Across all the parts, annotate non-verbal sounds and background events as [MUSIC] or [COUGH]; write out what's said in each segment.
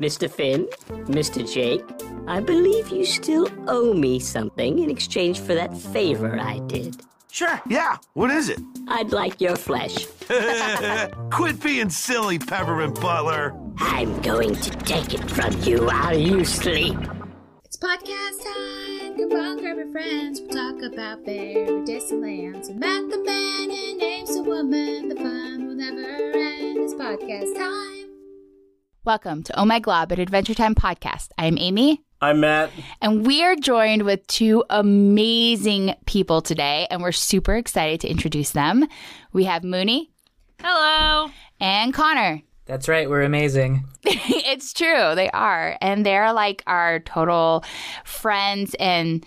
Mr. Finn, Mr. Jake, I believe you still owe me something in exchange for that favor I did. Sure, yeah. What is it? I'd like your flesh. Quit being silly, Peppermint Butler. I'm going to take it from you while you sleep. It's podcast time. Come on, grab your friends. We'll talk about very distant lands. We met the man and names the woman. The fun will never end. It's podcast time. Welcome to Oh My Glob, an Adventure Time podcast. I am Amy, I'm Matt. and we are joined with two amazing people today, and we're super excited to introduce them. We have Mooney. Hello. And Connor. [LAUGHS] That's right, we're amazing. it's true, they are. And they're like our total friends and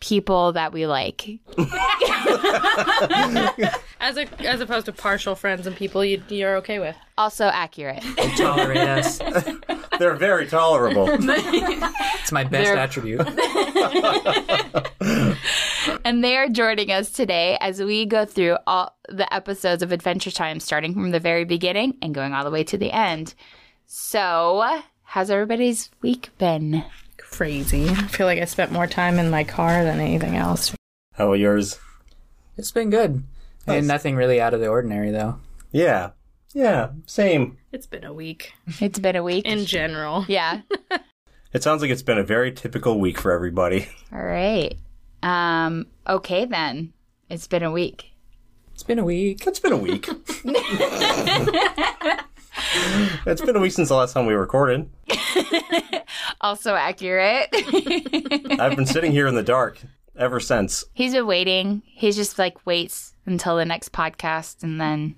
people that we like. As a, as opposed to partial friends and people you, you're okay with. Also accurate. Tolerate us. They're very tolerable. It's my best attribute. And they are joining us today as we go through all the episodes of Adventure Time, starting from the very beginning and going all the way to the end. So, how's everybody's week been? Crazy. I feel like I spent more time in my car than anything else. How are yours? It's been good. And nothing really out of the ordinary though. Yeah. Yeah. Same. It's been a week It's been a week. in general. yeah. It sounds like it's been a very typical week for everybody. [LAUGHS] All right. Um, okay then. It's been a week. It's been a week. It's been a week. it's been a week since the last time we recorded. Also accurate. [LAUGHS] I've been sitting here in the dark ever since. He's been waiting. He's just like waits until the next podcast and then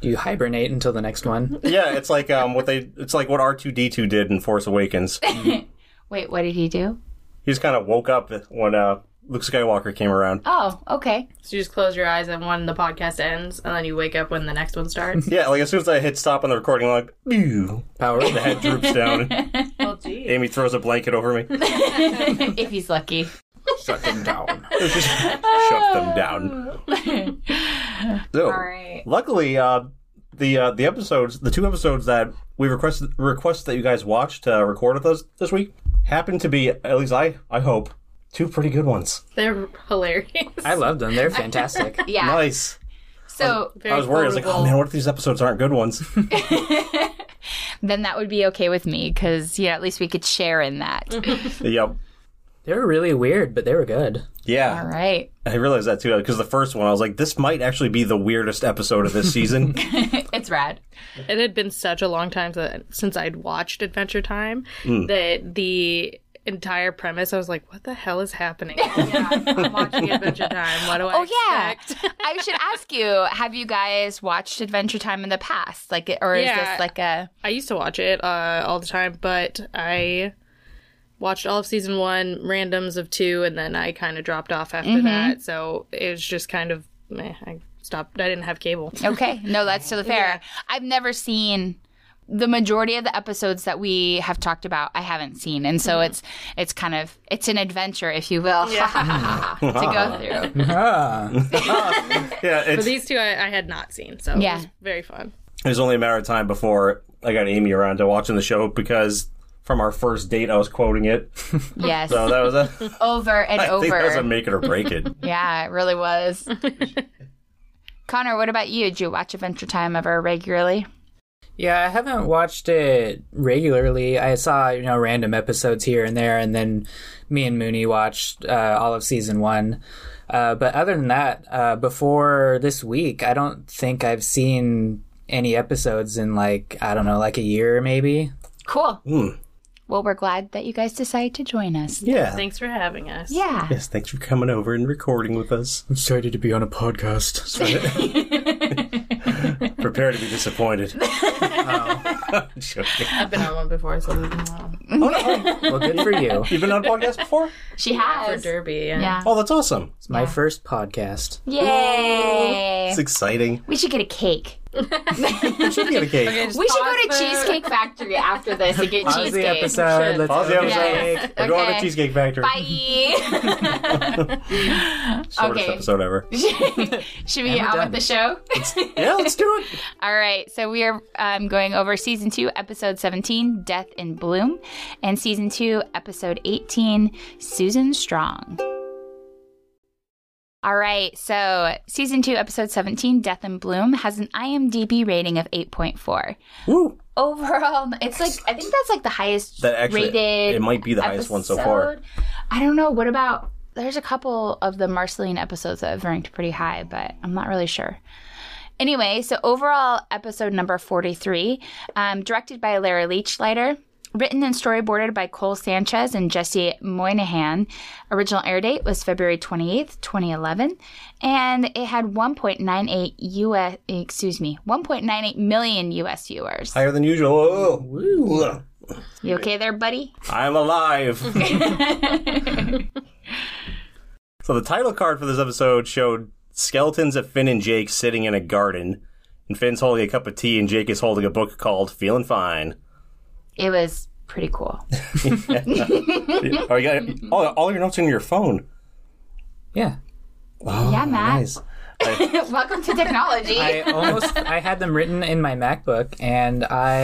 You hibernate until the next one. Yeah, it's like um what they it's like what R2D2 did in Force Awakens. wait, what did he do? He just kind of woke up when uh Luke Skywalker came around. Oh, okay. So you just close your eyes and when the podcast ends, and then you wake up when the next one [LAUGHS] starts. Yeah, like as soon as I hit stop on the recording, I'm like, Ew. Power. [LAUGHS] the head droops down. well, gee. Amy throws a blanket over me. if he's lucky. Shut them down. Just shut them down. so, luckily, uh, the uh, the episodes, the two episodes that we requested requests that you guys watched to record with us this week, happened to be at least I I hope two pretty good ones. They're hilarious. I love them. They're fantastic. Yeah. Nice. So I was worried. I was like, oh man, quotable. what if these episodes aren't good ones? then that would be okay with me because you know at least we could share in that. Mm-hmm. yep. They were really weird, but they were good. Yeah, All right. I realized that too because the first one I was like, this might actually be the weirdest episode of this season. It's rad. It had been such a long time si- since I'd watched Adventure Time that the entire premise, I was like, what the hell is [LAUGHS] happening? I'm watching Adventure Time. What do I Oh yeah. expect? [LAUGHS] I should ask you, have you guys watched Adventure Time in the past? Like or is Yeah. this like a I used to watch it uh, all the time, but I watched all of season one, randoms of two, and then I kind of dropped off after Mm-hmm. that. So it was just kind of meh, I stopped. I didn't have cable. [LAUGHS] Okay. No, that's totally fair. I've never seen the majority of the episodes that we have talked about I haven't seen. And so Mm-hmm. it's it's kind of it's an adventure, if you will, [LAUGHS] to go [LAUGHS] through. Ah. yeah, But it's, these two I, I had not seen, so Yeah. it was very fun. it was only a matter of time before I got Amy around to watching the show because from our first date I was quoting it. Yes. So that was a [LAUGHS] [LAUGHS] Over and I think that was a over. make it or break it. Yeah, it really [LAUGHS] was. Connor, what about you? Did you watch Adventure Time ever regularly? Yeah, I haven't watched it regularly. I saw, you know, random episodes here and there, and then me and Mooney watched uh, all of season one. Uh, but other than that, uh, before this week, I don't think I've seen any episodes in like, I don't know, like a year maybe. Cool. Well, we're glad that you guys decided to join us. Yeah. Thanks for having us. Yeah. [LAUGHS] yes, thanks for coming over and recording with us. I'm excited to be on a podcast. Prepare to be disappointed. [LAUGHS] Joking. I've been on one before, so uh, Oh, well, good for [LAUGHS] you. You've been on a podcast before? She for has. Derby. And Yeah. Oh, that's awesome. It's my first podcast. Yay. It's exciting. We should get a cake. It should be a cake. We should go to Pause the- Cheesecake Factory after this and get Pause the cheesecake. episode. Let's Pause the go to episode. cake. We're going Okay. to Cheesecake Factory. Bye. [LAUGHS] Shortest Okay. episode [LAUGHS] ever. should we get we're on done. with the show? [LAUGHS] yeah, let's do it. All right, so we are um, going over season two, episode 17, Death in Bloom, and season two, episode 18, Susan Strong. All right, so season two, episode 17, Death in Bloom, has an IMDb rating of 8.4. Woo. Overall, [LAUGHS] it's like, I think that's like the highest That actually- rated. it might be the highest one so far. episode. I don't know. What about, there's a couple of the Marceline episodes that have ranked pretty high, but I'm not really sure. Anyway, so overall, episode number 43, um, directed by Larry Leachlighter, written and storyboarded by Cole Sanchez and Jesse Moynihan. Original air date was February 28th, 2011, and it had 1.98 US, excuse me, 1.98 million US viewers. Higher than usual. Whoa. Woo. You okay there, buddy? I'm alive. [LAUGHS] so the title card for this episode showed skeletons of Finn and Jake sitting in a garden, and Finn's holding a cup of tea, and Jake is holding a book called "Feeling Fine." It was pretty cool. oh, you got all, all your notes in your phone. Yeah. yeah, Matt. Oh, Nice. [LAUGHS] Welcome to technology. I almost I had them written in my MacBook and I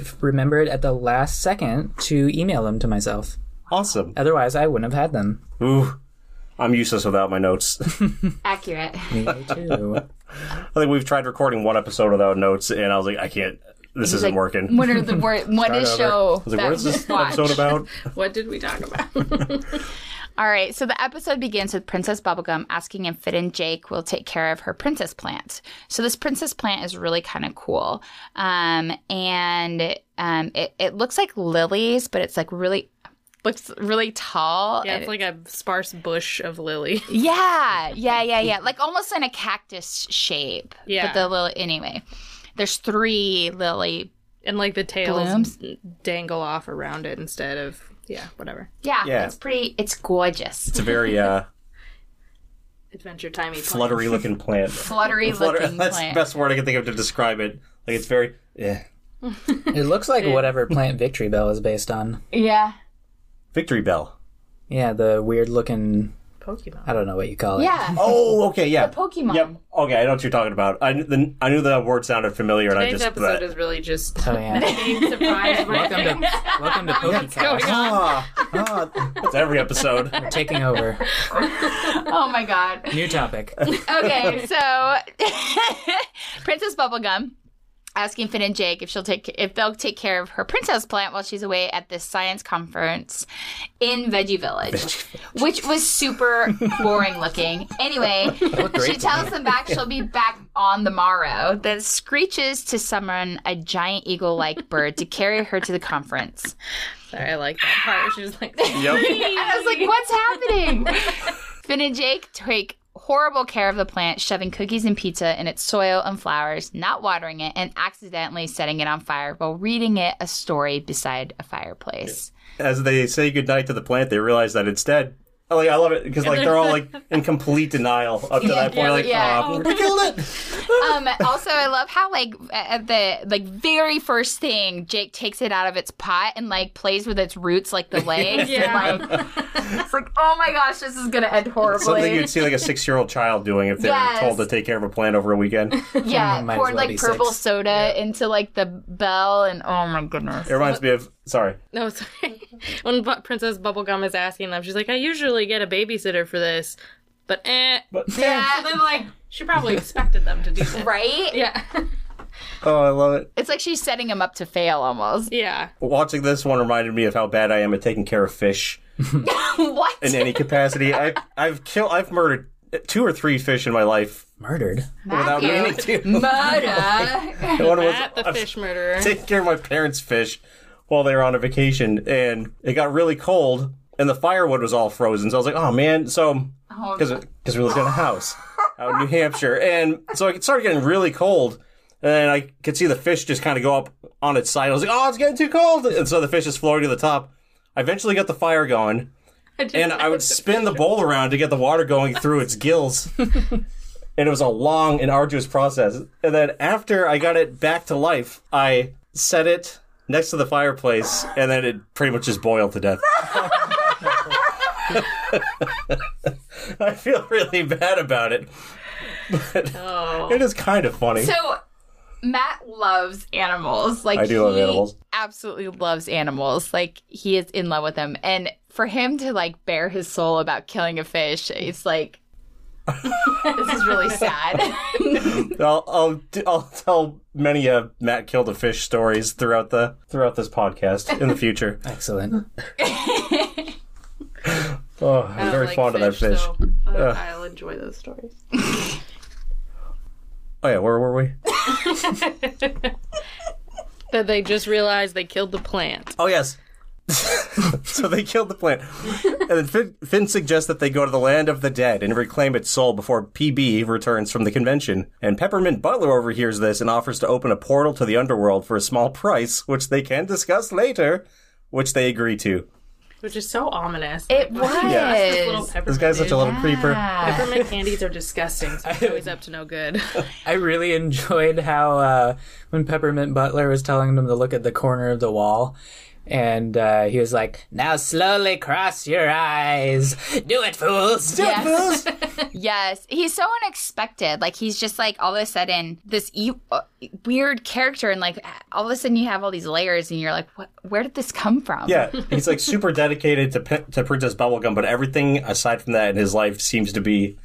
f- remembered at the last second to email them to myself. Awesome. Otherwise, I wouldn't have had them. Ooh, I'm useless without my notes. [LAUGHS] Accurate. Me too. I think we've tried recording one episode without notes, and I was like, I can't. This isn't like, working. What are the [LAUGHS] wor- what is show I was like, that what is we this watched? episode about? What did we talk about? All right, so the episode begins with Princess Bubblegum asking if Fit and Jake will take care of her princess plant. So this princess plant is really kind of cool, um, and um, it, it looks like lilies, but it's like really looks really tall. Yeah, and it's like a sparse bush of lily. [LAUGHS] Yeah, yeah, yeah, yeah. Like almost in a cactus shape. Yeah. But the lily, anyway, there's three lily. And like the Blooms. tails dangle off around it instead of, yeah, whatever. Yeah, Yeah. it's pretty. It's gorgeous. It's a very uh, Adventure timey. fluttery looking plant. Fluttery Flutter- looking [LAUGHS] that's plant. the best word I can think of to describe it. Like it's very. Eh. it looks like whatever Plant Victory Bell is based on. Yeah. Victory Bell. Yeah, the weird looking. Pokemon. I don't know what you call it. Yeah. Oh, [LAUGHS] okay, yeah. Pokemon. Yep. Okay, I know what you're talking about. I knew the, I knew the word sounded familiar, and I Today's just. episode is really just Oh yeah. [LAUGHS] being surprised by welcome to welcome to Pokecast. [LAUGHS] ah, ah, that's every episode. Taking over. Oh my god. New topic. Okay, so [LAUGHS] Princess Bubblegum asking Finn and Jake if she'll take if they'll take care of her princess plant while she's away at this science conference in Veggie Village, which was super boring looking. [LAUGHS] Anyway, she tells them back she'll be back on the morrow. Then screeches to summon a giant eagle-like bird to carry her to the conference. Sorry, I like that part. [LAUGHS] She was like, Yep. And I was like, what's happening? [LAUGHS] Finn and Jake take horrible care of the plant, shoving cookies and pizza in its soil and flowers, not watering it, and accidentally setting it on fire while reading it a story beside a [LAUGHS] fireplace. As they say goodnight to the plant, they realize that instead. Oh, like, I love it because like they're all like in complete denial up to that point. Like, yeah. Oh, "Ah, we killed it. Um, also, I love how like at the like very first thing, Jake takes it out of its pot and like plays with its roots, like the legs. Yeah. And, like, it's like, oh my gosh, this is gonna end horribly. Something you'd see like a six-year-old child doing if they Yes. were told to take care of a plant over a weekend. It yeah, Might as poured well like be purple six. soda into like the bell, and oh my goodness. reminds me of sorry. [LAUGHS] no, sorry. When Bu- Princess Bubblegum is asking them, she's like, I usually get a babysitter for this, but eh. But Yeah, I'm like, she probably expected them to do [LAUGHS] that. right? Yeah. oh, I love it. It's like she's setting him up to fail [LAUGHS] almost. Yeah. watching this one reminded me of how bad I am at taking care of fish what? in any capacity. I've I've killed I've murdered two or three fish in my life Murdered. without Matthew. meaning to. Murder. One was- At the I was fish [LAUGHS] murderer. taking care of my parents' fish while they were on a vacation, and it got really cold, and the firewood was all frozen. So I was like, oh man, so because because we lived in a house out in New Hampshire, and so it started getting really cold. And I could see the fish just kind of go up on its side. I was like, "Oh, it's getting too cold!" And so the fish is floating to the top. I eventually got the fire going, I just- and I would spin the bowl around to get the water going through its gills. and it was a long and arduous process. And then after I got it back to life, I set it next to the fireplace, and then it pretty much just boiled to death. [LAUGHS] I feel really bad about it. But it is kind of funny. [LAUGHS] So Matt loves animals. Like I do love he animals. Absolutely loves animals. Like he is in love with them. And for him to like bare his soul about killing a fish, it's like [LAUGHS] this is really sad. I'll, I'll I'll tell many uh, Matt killed a fish stories throughout the throughout this podcast in the future. Excellent. Oh, I'm very fond of that fish. uh, I'll enjoy those stories. Oh yeah, where were we? That they just realized they killed the plant. Oh yes. [LAUGHS] so they killed the plant, and then Finn, Finn suggests that they go to the land of the dead and reclaim its soul before PB returns from the convention. And Peppermint Butler overhears this and offers to open a portal to the underworld for a small price, which they can discuss later, which they agree to. Which is so ominous. it was. This little peppermint This guy's such a is- little creeper. [LAUGHS] Peppermint candies are disgusting, so it's always up to no good. I really [LAUGHS] enjoyed how uh, when Peppermint Butler was telling them to look at the corner of the wall, and uh, he was like, "Now slowly cross your eyes. Do it, fools. Do it, fools." Yes. yes. He's so unexpected. Like he's just like all of a sudden this e- uh, weird character, and like all of a sudden you have all these layers, and you're like, what? Where did this come from? Yeah, he's like super dedicated to pe- to Princess Bubblegum, but everything aside from that in his life seems to be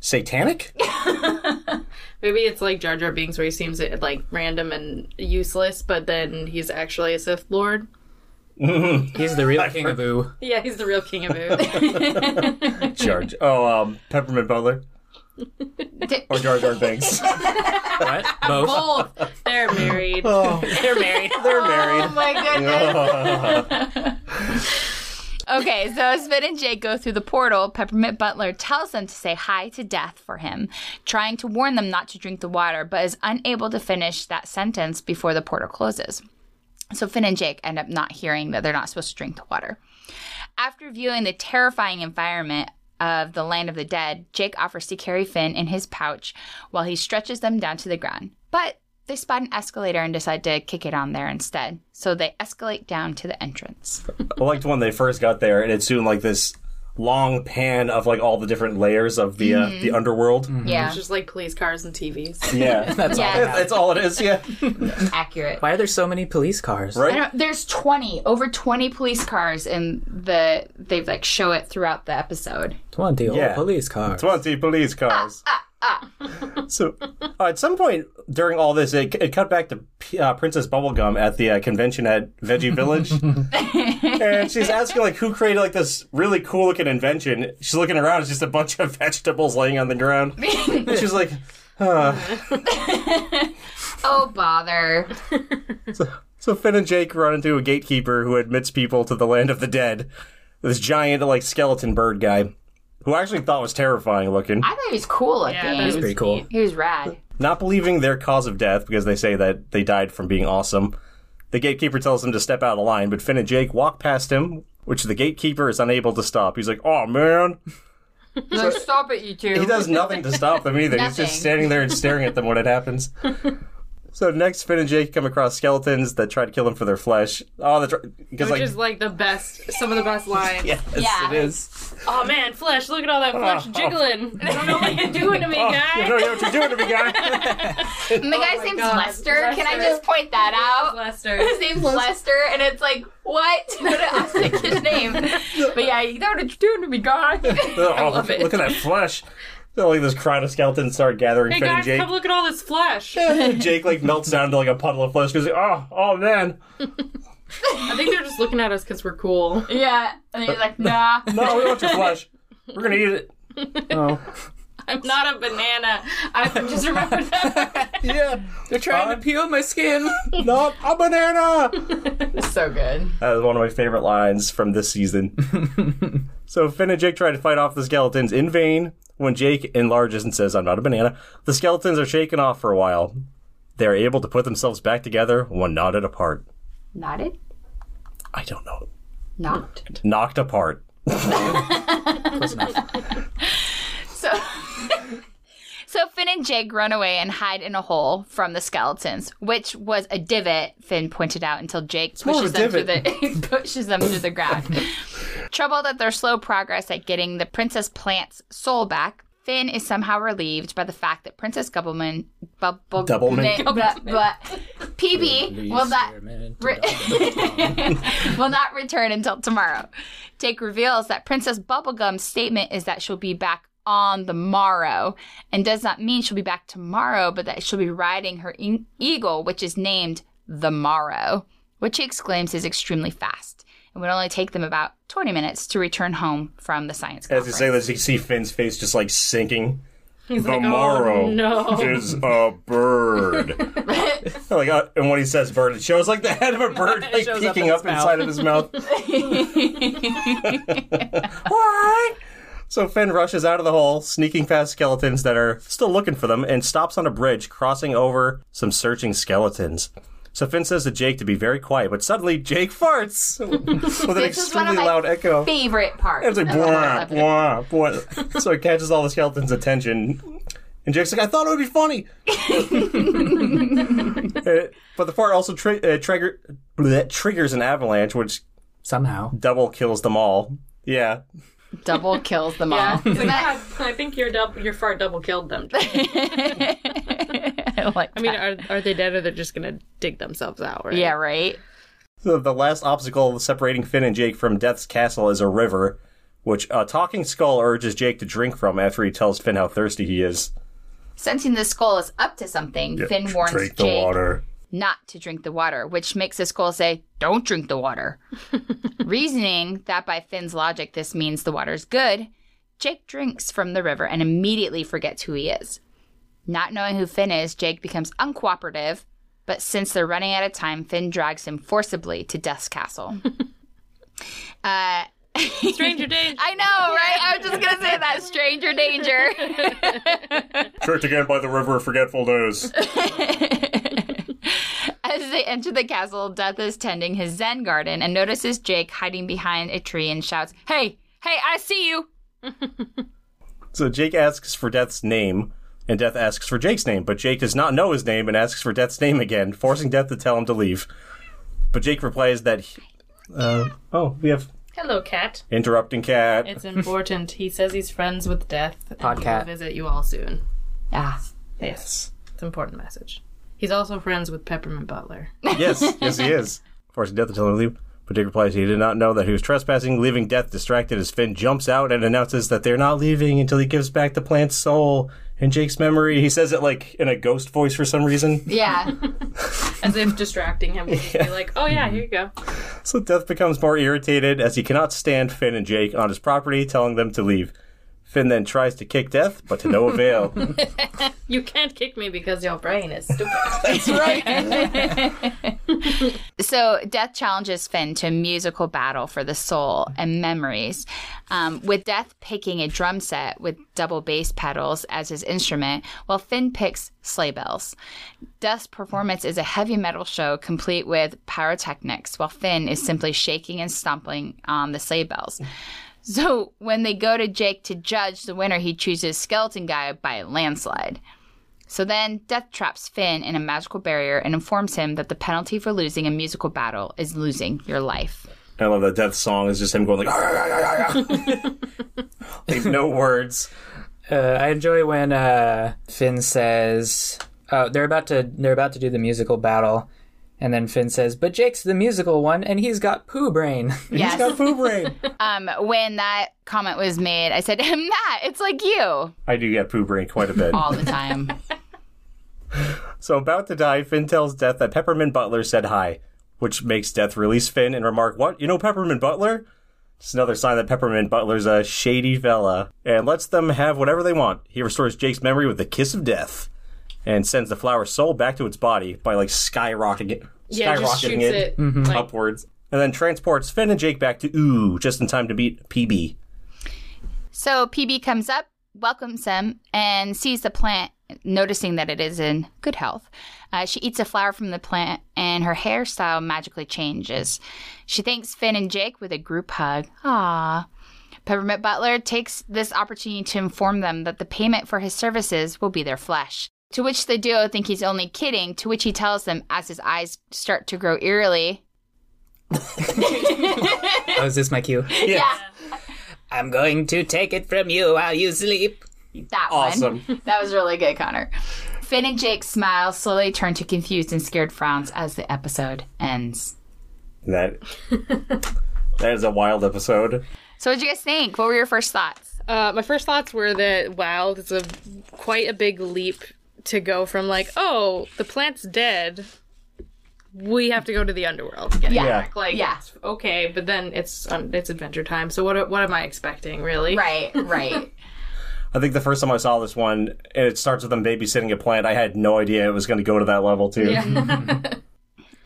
satanic. Maybe it's like Jar Jar Binks, where he seems like random and useless, but then he's actually a Sith Lord. He's the real king of Ooh. Yeah, he's the real king of [LAUGHS] Ooh. Charge. Oh, um, Peppermint Butler or Jar Jar Binks. What? Both. [LAUGHS] Both they're married. Oh, They're married. [LAUGHS] they're married. Oh my goodness. Okay, so as Finn and Jake go through the portal, Peppermint Butler tells them to say hi to Death for him, trying to warn them not to drink the water, but is unable to finish that sentence before the portal closes. So Finn and Jake end up not hearing that they're not supposed to drink the water. After viewing the terrifying environment of the land of the dead, Jake offers to carry Finn in his pouch while he stretches them down to the ground. But they spot an escalator and decide to kick it on there instead. So they escalate down to the entrance. I liked when they first got there, and it's soon like this long pan of like all the different layers of the uh, the underworld. Yeah, It's just like police cars and TVs. Yeah, [LAUGHS] that's Yeah. all. That's all it is. Yeah, accurate. Why are there so many police cars? Right. I don't, there's 20 over 20 police cars and the they like show it throughout the episode. Twenty old Yeah. police cars. twenty police cars. So, uh, at some point during all this, it, it cut back to P- uh, Princess Bubblegum at the uh, convention at Veggie Village, and she's asking like who created like this really cool looking invention. She's looking around; it's just a bunch of [LAUGHS] vegetables laying on the ground. and she's like, Oh bother. so Finn and Jake run into a gatekeeper who admits people to the land of the dead. This giant like skeleton bird guy, who I actually thought was terrifying looking. I thought he was cool looking. that's Pretty cool. he was rad. Not believing their cause of death because they say that they died from being awesome, the gatekeeper tells them to step out of line, but Finn and Jake walk past him, which the gatekeeper is unable to stop. He's like, oh man. Like, stop it, you two. He does nothing to stop them either. He's Nothing. just standing there and staring at them when it [LAUGHS] happens. So next, Finn and Jake come across skeletons that try to kill them for their flesh. Oh, that's right. Because, Which like, is like the best, some of the best lines. yes, Yeah. it is. Oh man, flesh! Look at all [LAUGHS] that flesh jiggling. I don't know what you're doing Oh, to me, You guy. don't know what you're doing to me, [LAUGHS] guy. And the guy's my name's God. Lester. Can I Lester. just point that out? Lester. His name's Lester, and it's like, what? [LAUGHS] What an [LAUGHS] obstinate name. But yeah, you know what you're doing to me, God. [LAUGHS] oh, love look, it. look at that flesh. So, like, this crowd of skeletons start gathering Hey Finn guys, and Jake. come look at all this flesh. And Jake like melts down to like a puddle of flesh because oh oh man I think they're just looking at us because we're [LAUGHS] cool. [LAUGHS] yeah. And he's like, Uh, nah. no we want your flesh we're gonna eat it oh I'm not a banana. [LAUGHS] I just remembered that. yeah They're trying to peel my skin. no a banana so good. that was one of my favorite lines from this season [LAUGHS] so Finn and Jake try to fight off the skeletons in vain when Jake enlarges and says I'm not a banana the skeletons are shaken off for a while they are able to put themselves back together when knotted apart Knotted? I don't know Knocked. knocked apart So So Finn and Jake run away and hide in a hole from the skeletons, which was a divot. Finn pointed out until Jake more of pushes a them through the [LAUGHS] pushes them through the ground. [LAUGHS] Troubled at their slow progress at getting the Princess Plant's soul back, Finn is somehow relieved by the fact that Princess Gubbleman, Bubble, Doubleman. but, PB will not re- [LAUGHS] will not return until tomorrow. Jake reveals that Princess Bubblegum's statement is that she'll be back on the morrow and does not mean she'll be back tomorrow, but that she'll be riding her e- eagle, which is named the Morrow, which he exclaims is extremely fast and would only take them about 20 minutes to return home from the science As conference. you say this, you see Finn's face just like sinking. the like, "Oh, morrow no." is a bird. [LAUGHS] like, uh, and when he says bird, it shows like the head of a bird like shows up peeking in up, his mouth. inside of his mouth. [LAUGHS] what? So Finn rushes out of the hole, sneaking past skeletons that are still looking for them, and stops on a bridge, crossing over some searching skeletons. So Finn says to Jake to be very quiet, but suddenly Jake farts [LAUGHS] with an This is one of extremely my loud echo. Favorite part. It's like blah, blah, blah. So it catches all the skeleton's attention. And Jake's like, I thought it would be funny. Uh, but the fart also tri- uh, trigger- bleh, triggers an avalanche, which Somehow. double kills them all. Yeah. Double kills [LAUGHS] them all. Yeah. It's Isn't like, that- "God, I think your double, your fart double killed them. I I [LAUGHS] like mean, that. are, are they dead or they're just gonna dig themselves out? Right? yeah, right? So the last obstacle separating Finn and Jake from Death's Castle is a river, which a talking skull urges Jake to drink from after he tells Finn how thirsty he is. Sensing the skull is up to something, Finn warns Drink the Jake water. not to drink the water, which makes the skull say, Don't drink the water. Reasoning that by Finn's logic this means the water's good, Jake drinks from the river and immediately forgets who he is. Not knowing who Finn is, Jake becomes uncooperative, but since they're running out of time, Finn drags him forcibly to Death's Castle. uh, Stranger danger. I know, right? I was just going to say that stranger danger. Tricked again by the river of forgetful nose. [LAUGHS] As they enter the castle, Death is tending his Zen garden and notices Jake hiding behind a tree and shouts, Hey, hey, I see you. So Jake asks for Death's name, and Death asks for Jake's name, but Jake does not know his name and asks for Death's name again, forcing Death to tell him to leave. But Jake replies that. He, uh, oh, we have Hello, cat. interrupting cat. [LAUGHS] It's important. he says he's friends with death. and he will Podcat. visit you all soon. Ah. Yes. It's an important message. He's also friends with Peppermint Butler. yes, yes, he is. Forcing Death to tell him to leave. But Jake replies he did not know that he was trespassing, leaving Death distracted as Finn jumps out and announces that they're not leaving until he gives back the plant's soul and Jake's memory. He says it like in a ghost voice for some reason. Yeah. As if distracting him would be like, oh yeah, here you go. So Death becomes more irritated as he cannot stand Finn and Jake on his property, telling them to leave. Finn then tries to kick Death, but to [LAUGHS] no avail. You can't kick me because your brain is stupid. [LAUGHS] so Death challenges Finn to a musical battle for the soul and memories, um, with Death picking a drum set with double bass pedals as his instrument, while Finn picks sleigh bells. Death's performance is a heavy metal show complete with pyrotechnics, while Finn is simply shaking and stomping on the sleigh bells. So when they go to Jake to judge the winner, he chooses Skeleton Guy by a landslide. So then, Death traps Finn in a magical barrier and informs him that the penalty for losing a musical battle is losing your life. I love that Death song is just him going like, "Ah, "Arr, arr, arr, arr, arr." like no words. Uh, I enjoy when uh, Finn says, "Oh, they're about to they're about to do the musical battle," and then Finn says, "But Jake's the musical one, and he's got poo brain." [LAUGHS] Yes. He's got poo brain. Um, when that comment was made, I said, [LAUGHS] Matt, it's like you I do get poo brain quite a bit. all the time. So about to die, Finn tells Death that Peppermint Butler said hi, which makes Death release Finn and remark, "What? You know Peppermint Butler?" It's another sign that Peppermint Butler's a shady fella and lets them have whatever they want. He restores Jake's memory with the kiss of death and sends the flower's soul back to its body by like skyrocketing it, yeah, just skyrocketing shoots it, it. upwards, and then transports Finn and Jake back to Ooh just in time to beat PB. So PB comes up, welcomes him, and sees the plant, noticing that it is in good health. Uh, she eats a flower from the plant, and her hairstyle magically changes. She thanks Finn and Jake with a group hug. Aww. Peppermint Butler takes this opportunity to inform them that the payment for his services will be their flesh. To which the duo think he's only kidding, to which he tells them as his eyes start to grow eerily. [LAUGHS] Oh, is this my cue? Yeah, I'm going to take it from you while you sleep. that one. Awesome. [LAUGHS] That was really good, Connor. Finn and Jake's smiles slowly turn to confused and scared frowns as the episode ends. [LAUGHS] That that is a wild episode. So, what did you guys think? What were your first thoughts? [LAUGHS] Uh, my first thoughts were that wow, it's a quite a big leap to go from like, oh, the plant's dead. We have to go to the underworld. to get it Yeah. back. Like, Yeah. okay, but then it's um, it's adventure time. So what what am I expecting really? Right, right. I think the first time I saw this one, and it starts with them babysitting a plant. I had no idea it was going to go to that level too.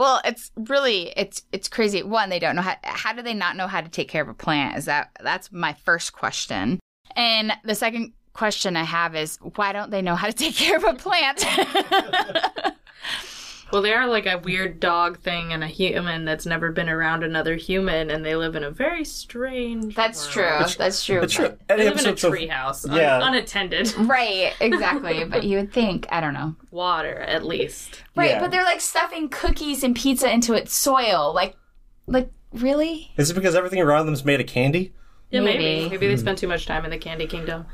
Well, it's really it's it's crazy. One, they don't know how how do they not know how to take care of a plant? Is that that's my first question. And the second question I have is why don't they know how to take [LAUGHS] care of a plant? Well, they are like a weird dog thing and a human that's never been around another human, and they live in a very strange. that's world. true. [LAUGHS] That's [LAUGHS] true. It's true. but- Any They live in a episodes of- treehouse, un- Yeah. unattended. Right, exactly. but you would think, I don't know. Water, at least. Right, Yeah. but they're like stuffing cookies and pizza into its soil. Like like really? Is it because everything around them is made of candy? Yeah, Maybe. maybe. Maybe they spend too much time in the Candy Kingdom.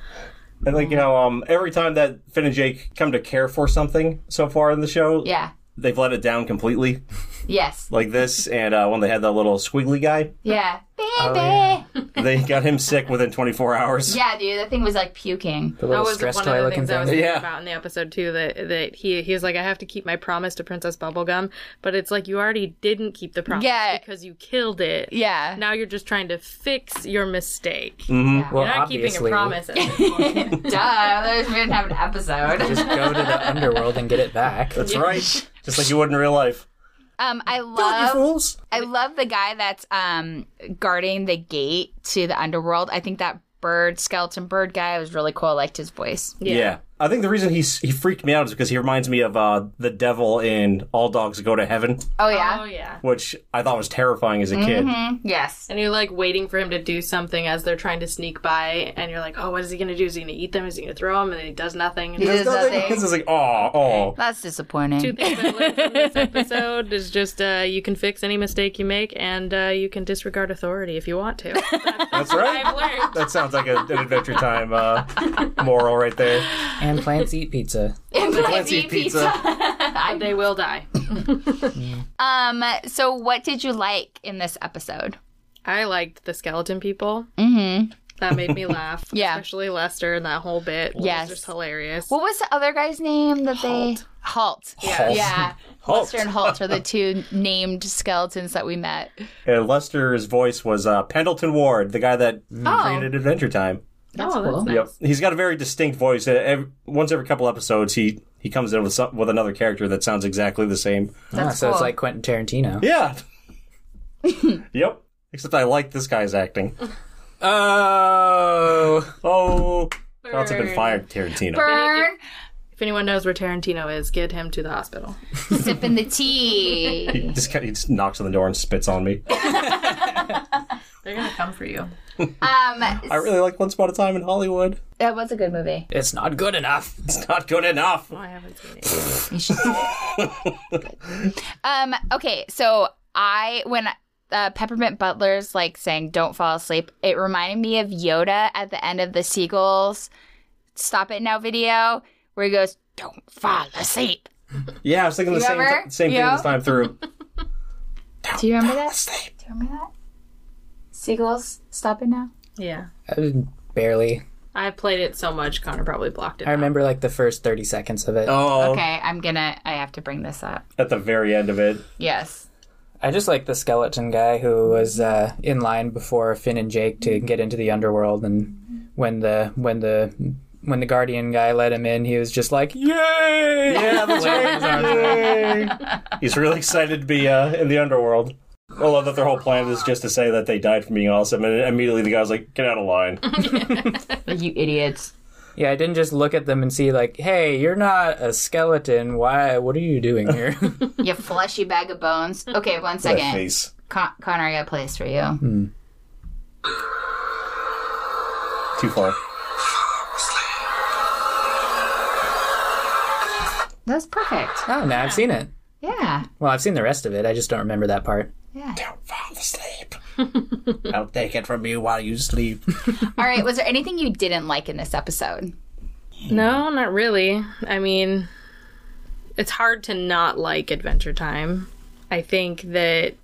I think you know, um, every time that Finn and Jake come to care for something so far in the show, Yeah. they've let it down completely. Yes. Like this, and uh, when they had that little squiggly guy, Yeah. Baby. yeah. they [LAUGHS] got him sick within 24 hours. yeah, dude, that thing was like puking. The little that was stress one toy of the looking things I was thing. thinking Yeah. about in the episode too. That that he he was like, I have to keep my promise to Princess Bubblegum, but it's like you already didn't keep the promise Yeah. because you killed it. Yeah. Now you're just trying to fix your mistake. Well, You're not keeping obviously, a promise. at this point. [LAUGHS] Duh, there's- we didn't have an episode. just go to the underworld and get it back. That's right. Just like you would in real life. [LAUGHS] Um, I You love fools. I love the guy that's um guarding the gate to the underworld. I think that bird skeleton bird guy was really cool. I liked his voice. Yeah. I think the reason he's, he freaked me out is because he reminds me of uh, the devil in All Dogs Go to Heaven, Oh yeah, Oh yeah. which I thought was terrifying as a kid. Mm-hmm. yes, And you're like waiting for him to do something as they're trying to sneak by, and you're like, oh, what is he gonna do? Is he gonna eat them? Is he gonna throw them? And then he does nothing. And He does nothing. [LAUGHS] It's just like, oh, oh. that's disappointing. two things I learned from this episode is just uh, you can fix any mistake you make, and uh, you can disregard authority if you want [LAUGHS] to. That's right. learned. That sounds like a, an Adventure [LAUGHS] Time uh, moral right there. And plants eat [LAUGHS] pizza. Let's eat [LAUGHS] pizza. They will die. Um, so what did you like in this episode? I liked the skeleton people. Mm-hmm. That made me [LAUGHS] laugh. Yeah. Especially Lester and that whole bit. Yes. It was just hilarious. What was the other guy's name that Halt. they Halt? Yeah, Halt. yeah. Halt. Lester and Halt are the two named skeletons that we met. And Lester's voice was uh, Pendleton Ward, the guy that Oh. created Adventure Time. oh, that's nice. Yep, he's got a very distinct voice. Uh, ev once every couple episodes, he he comes in with some, with another character that sounds exactly the same. Ah, so cool. it's like Quentin Tarantino. Yeah. [LAUGHS] yep. Except I like this guy's acting. Oh, Oh, that's been fired, Tarantino. Burn If anyone knows where Tarantino is, get him to the hospital. sipping the tea. [LAUGHS] He just, kind of, he just knocks on the door and spits on me. They're gonna come for you. Um, I really like Once Upon a Time in Hollywood. that was a good movie. it's not good enough. It's not good enough. Oh, I haven't seen it. You should see it. um, okay, so I when uh, Peppermint Butler's like saying "Don't fall asleep," it reminded me of Yoda at the end of the Seagulls "Stop It Now" video, where he goes, "Don't fall asleep." Yeah, I was thinking the You same ever? ti- same Yeah. thing this time through. Do you remember that? Do you remember that? Seagulls, stop it now. Yeah. Uh, Barely. I've played it so much, Connor probably blocked it. I out. remember like the first 30 seconds of it. [LAUGHS] Oh, Okay, I'm gonna. I have to bring this up. at the very end of it. Yes. I just like the skeleton guy who was uh, in line before Finn and Jake to get into the underworld, and when the when the when the guardian guy let him in, he was just like, "Yay!" Yeah, that's right. Yay. He's really excited to be uh, in the underworld. I love that their whole plan is just to say that they died from being awesome, and immediately the guy's like, "Get out [LAUGHS] of line." You idiots. [LAUGHS] Yeah, I didn't just look at them and see like, "Hey, you're not a skeleton. Why? What are you doing here?" [LAUGHS] You fleshy bag of bones. Okay, one That second. face. Hmm. Con- Connor, I got a place for you. too far. That's perfect. Oh, no, I've seen it. Yeah. Well, I've seen the rest of it. I just don't remember that part. Yeah. Don't fall asleep. I'll take it from you while you sleep. All right. Was there anything you didn't like in this episode? No, not really. I mean, it's hard to not like Adventure Time. I think that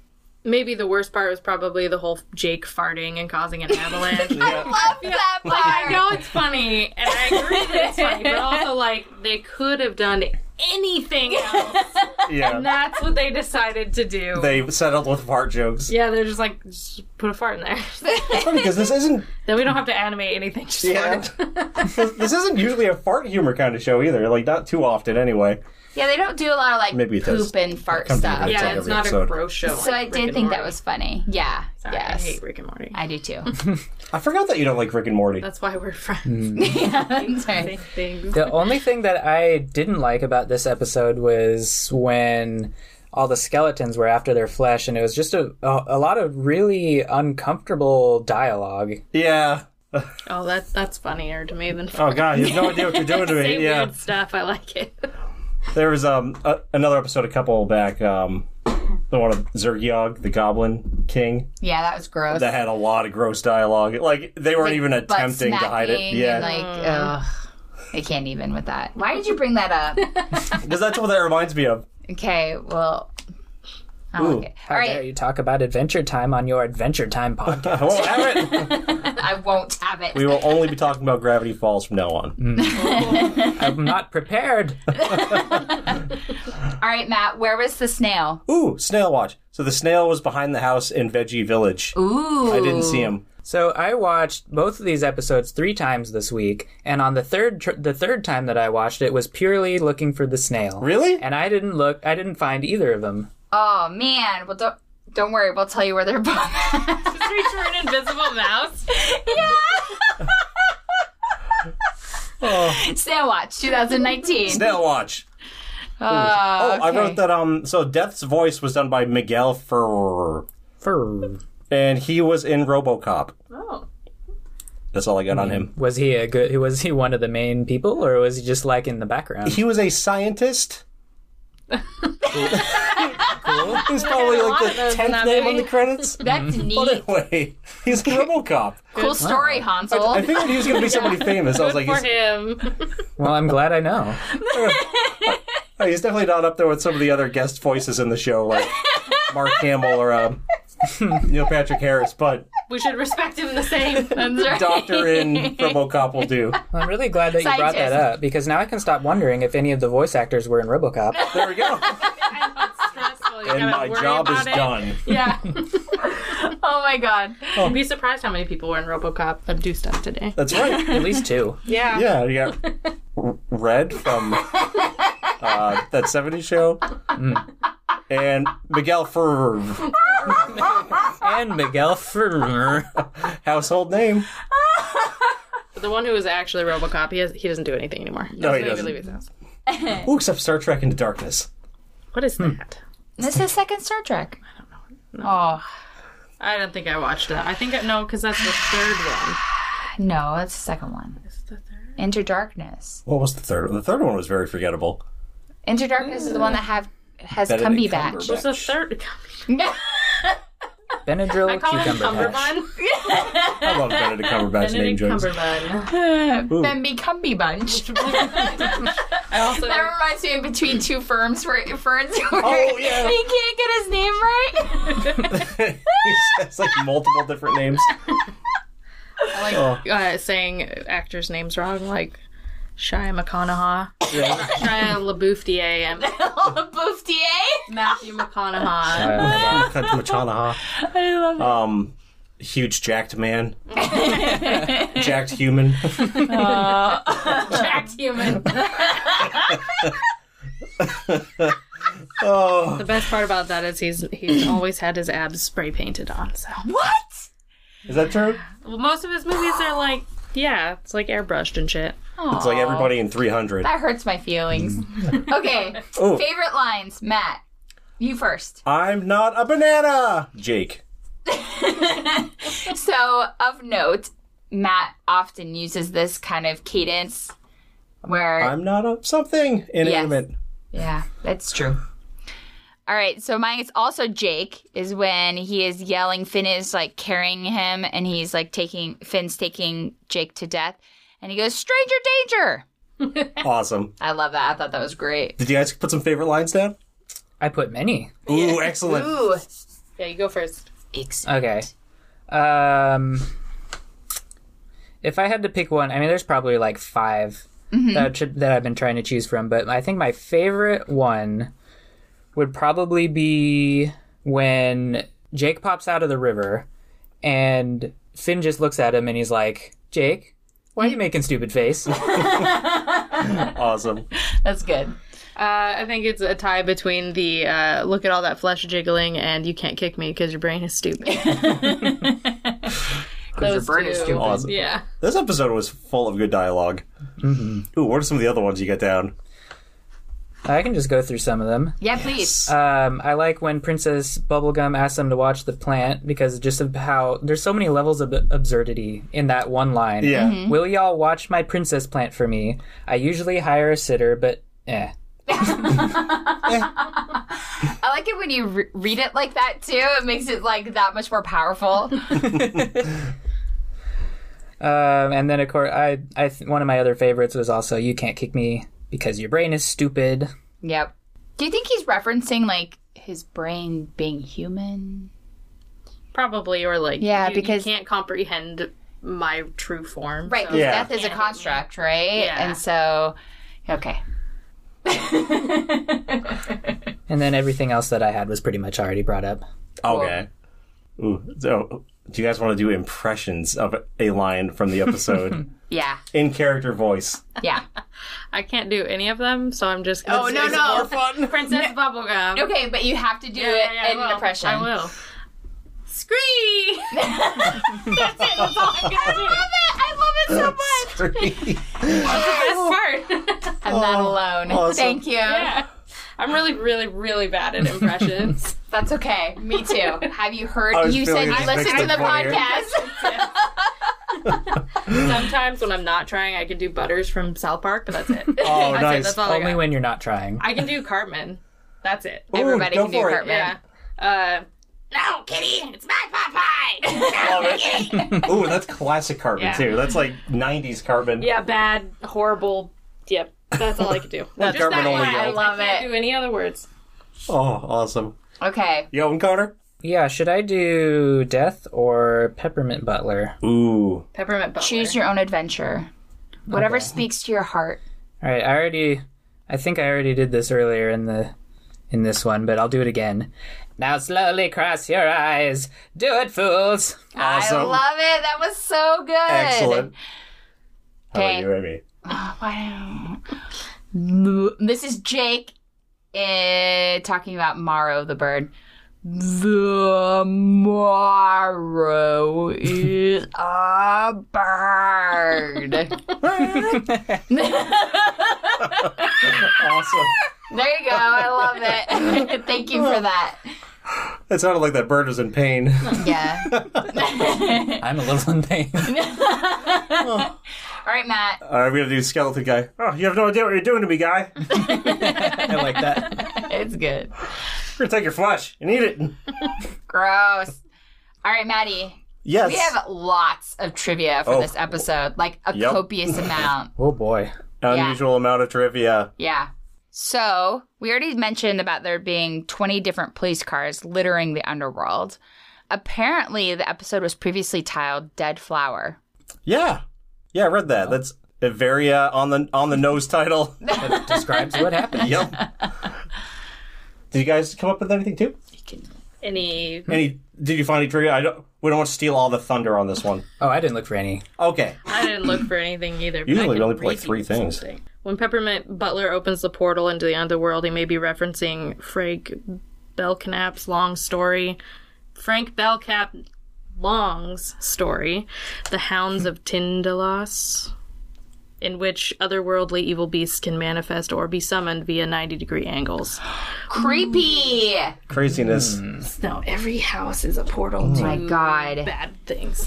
maybe the worst part was probably the whole Jake farting and causing [LAUGHS] an avalanche. Love that part. I know it's funny, and I agree that it's funny, [LAUGHS] but also like they could have done anything else. [LAUGHS] Yeah. That's what they decided to do. They settled with fart jokes. yeah, they're just like just put a fart in there. [LAUGHS] Because this isn't then we don't have to animate anything. Just Yeah. fart. this isn't usually a fart humor kind of show either. Like not too often anyway. Yeah, they don't do a lot of like Maybe it poop does and fart come to stuff. the- yeah, Every it's not episode. a bro show. So I did think that was funny. Yeah. yes. I hate Rick and Morty. I do too. I forgot that you don't like Rick and Morty. That's why we're Hmm. [LAUGHS] friends. That's right. Things. The only thing that I didn't like about this episode was when all the skeletons were after their flesh, and it was just a a, a lot of really uncomfortable dialogue. Yeah. Oh, that that's funnier to me than Oh god, you have no idea what you're doing to [LAUGHS] say me. Yeah. weird stuff. I like it. There was um a, another episode a couple back um the one of Zergiog, the Goblin King, Yeah, that was gross. that had a lot of gross dialogue. Like they weren't Like, even butt attempting to hide it. smacking and, Yeah, like, ugh. I can't even with that. Why did you bring that up? because that's what that reminds me of. okay, well. I don't Ooh, [LAUGHS] like it. How All dare right, you talk about Adventure Time on your Adventure Time podcast? I won't have [LAUGHS] it. I won't have it. We will only be talking about Gravity Falls from now on. I'm not prepared. All right, Matt, where was the snail? Ooh, snail watch. So the snail was behind the house in Veggie Village. Ooh. I didn't see him. So I watched both of these episodes three times this week, and on the third tr- the third time that I watched it was purely looking for the snail. Really? And I didn't look. I didn't find either of them. Oh, man. Well, don't, don't worry. We'll tell you where they're both. [LAUGHS] Just reach for an invisible mouse. snail Watch [LAUGHS] 2019. Snail watch. Uh, Oh, I okay. wrote that. Um, so Death's voice was done by Miguel Ferrer, Fur. and he was in RoboCop. Oh. That's all I got on him. Was he a good? Was he one of the main people, or was he just like in the background? He was [LAUGHS] a scientist. cool. He's probably like the tenth name on the [LAUGHS] credits. That's neat. Anyway, he's in RoboCop. Cool story, Hansel. I figured he was going to [LAUGHS] be somebody famous. I was like, [LAUGHS] For he's, him. Well, I'm glad I know. oh, he's definitely not up there with some of the other guest voices in the show, like Mark Hamill or um, [LAUGHS] Neil Patrick Harris. But We should respect him the [LAUGHS] same. That's right. Doctor in RoboCop will do. Well, I'm really glad that you brought that Scientist. up because now I can stop wondering if any of the voice actors were in RoboCop. There we go. It's stressful. You And gotta my worry job is about it. done. Yeah. [LAUGHS] oh my god. You'd be surprised how many people were in RoboCop that do stuff today. That's right. At least two. [LAUGHS] Yeah. Yeah, you got R- Red from uh, that 70s show. Mm. And Miguel Ferrer, And Miguel Ferrer. household name. But the one who was actually RoboCop, he, has, he doesn't do anything anymore. No, he Maybe doesn't. leave his house. Ooh, except Star Trek Into Darkness. What is Hmm. that? This is second Star Trek. Oh I don't think I watched that. I think I, no, because that's the third one. no, that's the second one. Into Darkness. What was the third one? The third one was very forgettable. Into Darkness is the one that have has Benedict Cumberbatch. What's the third? Benadryl I call him Cucumber. Patch. [LAUGHS] Cumberbun. I love Benedict Cumberbatch name Benedict jokes. Cumberbun. Bemby Cumby Bunch. [LAUGHS] I also that reminds me in between two firms [LAUGHS] where ferns where Oh, yeah. he can't get his name right. [LAUGHS] he says like multiple different names. like uh, saying actors' names wrong, like Shia McConaughey, Shia LaBouffier, [LAUGHS] and Bouffier. Matthew McConaughey. Uh, Cut to Machanaha. [LAUGHS] I love it. Um, huge jacked man. jacked human. Jacked human. Oh, The best part about that is he's he's always had his abs spray painted on. So [LAUGHS] what? is that true? well, most of his movies are like yeah, it's like airbrushed and shit. It's like everybody in 300. That hurts my feelings. okay. Ooh. Favorite lines, Matt. You first. I'm not a banana, Jake. So, of note, Matt often uses this kind of cadence where I'm not up something inanimate. Yeah, that's true. All right, so mine is also Jake is when he is yelling. Finn is like carrying him, and he's like taking Finn's taking Jake to death, and he goes, "Stranger danger!" Awesome. I love that. I thought that was great. Did you guys put some favorite lines down? I put many. Ooh, excellent. Ooh, Yeah, you go first. Okay. Um, if I had to pick one, I mean, there's probably like 5 that, should- that I've been trying to choose from, but I think my favorite one would probably be when Jake pops out of the river and Finn just looks at him and he's like, Jake, why are you making stupid face? Awesome. that's good. Uh, I think it's a tie between the uh, look at all that flesh jiggling and you can't kick me because your brain is [LAUGHS] stupid. Those two. Awesome. yeah. This episode was full of good dialog Mm-hmm. Ooh, what are some of the other ones you got down? I can just go through some of them. Yeah, please. Um, I like when Princess Bubblegum asks them to watch the plant because just of how there's so many levels of absurdity in that one line. Yeah. Will y'all watch my princess plant for me? I usually hire a sitter, but eh. I like it when you re- read it like that too. It makes it like that much more powerful. Um, and then of course, I, I th- one of my other favorites was also "You can't kick me because your brain is stupid." yep. Do you think he's referencing like his brain being human? Probably, or like, Yeah, you- you because- can't comprehend my true form. Right, so- because Yeah. death is a construct, right? Yeah. And so, okay. And then everything else that I had was pretty much already brought up. Okay. Ooh, so do you guys want to do impressions of a line from the episode [LAUGHS] Yeah, in character voice? yeah. I can't do any of them, so I'm just gonna Oh, say no, no. more [LAUGHS] fun. [LAUGHS] Princess Bubblegum. [LAUGHS] Okay, but you have to do it Yeah, yeah, I in will. an impression. I [LAUGHS] will. Scree! I love it. I love it [LAUGHS] Oh, [LAUGHS] That's the best part. so much. I'm not alone. awesome. Thank you. yeah. [LAUGHS] I'm really, really, really bad at impressions. That's okay. Me too. Have you I heard? was You said feeling you it just listened makes to the it funnier. podcast. Sometimes when I'm not trying, I can do Butters from South Park, but that's it. Oh, [LAUGHS] that's it. nice. That's all I Only got. when you're not trying. I can do Cartman. That's it. Ooh, Everybody go can do for it. Cartman. Yeah. Uh, no, kitty, it's my Popeye. [LAUGHS] Ooh, that's classic Cartman Yeah. too. That's like '90s Cartman. yeah, bad, horrible. Yep, that's all I could do. That Just Cartman that only one. yelled. I love Can't it. do any other words. Oh, awesome. Okay. You got one, Connor? Yeah, should I do Death or Peppermint Butler? Ooh, Peppermint Butler. Choose your own adventure. Whatever speaks to your heart. All right, I already I think I already did this earlier in the in this one, but I'll do it again. Now slowly cross your eyes. Do it, fools. I Awesome. love it. That was so good. excellent. How Okay. about you, Amy? Wow. This is Jake uh, talking about Morrow the bird. The Morrow is a bird. [LAUGHS] Awesome. there you go. I love it. [LAUGHS] Thank you for that. It sounded like that bird was [LAUGHS] in pain. Yeah. All [LAUGHS] I'm a little in pain. right, Matt. All right, I'm gonna do skeleton guy. Oh, you have no idea what you're doing to me, guy. We're [LAUGHS] I like that. It's good. gonna take your flesh and eat it. Gross. All right, Maddie. Yes. We have lots of trivia for Oh. this episode, like a Yep. copious amount. Oh boy. Unusual amount of trivia. Yeah. So we already mentioned about there being 20 different police cars littering the underworld. Apparently, the episode was previously titled "Dead Flower." Yeah. Yeah, I read that. That's a very uh, on the on the nose title. That describes what happened. yep. [LAUGHS] Did you guys come up with anything too? any. Any? Did you find any trivia? I don't. We don't want to steal all the thunder on this one. Oh, I didn't look for any. Okay. I didn't look for anything either. but I Usually we can only put, like, read three you things. something. When Peppermint Butler opens the portal into the underworld, he may be referencing Frank Belknap's long story. Frank Belknap Long's story, The Hounds of Tyndalos, in which otherworldly evil beasts can manifest or be summoned via 90 degree [GASPS] angles. Creepy. Craziness. Hmm. No, every house is a portal to My God. bad things.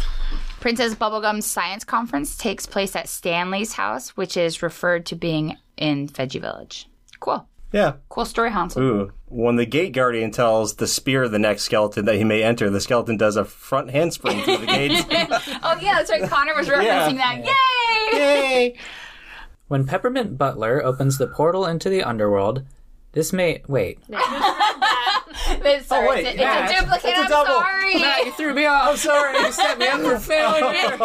Princess Bubblegum's science conference takes place at Stanley's house, which is referred to being in Veggie Village. Cool. Yeah. Cool story, Hansel. Ooh. When the gate guardian tells the spear the next skeleton that he may enter, the skeleton does a front handspring through the gate. Oh, [LAUGHS] yeah, that's right. Connor was referencing that. Yay! Yay! When Peppermint Butler opens the portal into the underworld, this may [LAUGHS] wait. It's, sorry, Oh, wait, it's, a, it's yeah, a it's- duplicate. it's a I'm double. sorry. you threw me off. I'm sorry. You set me up [LAUGHS] for failure.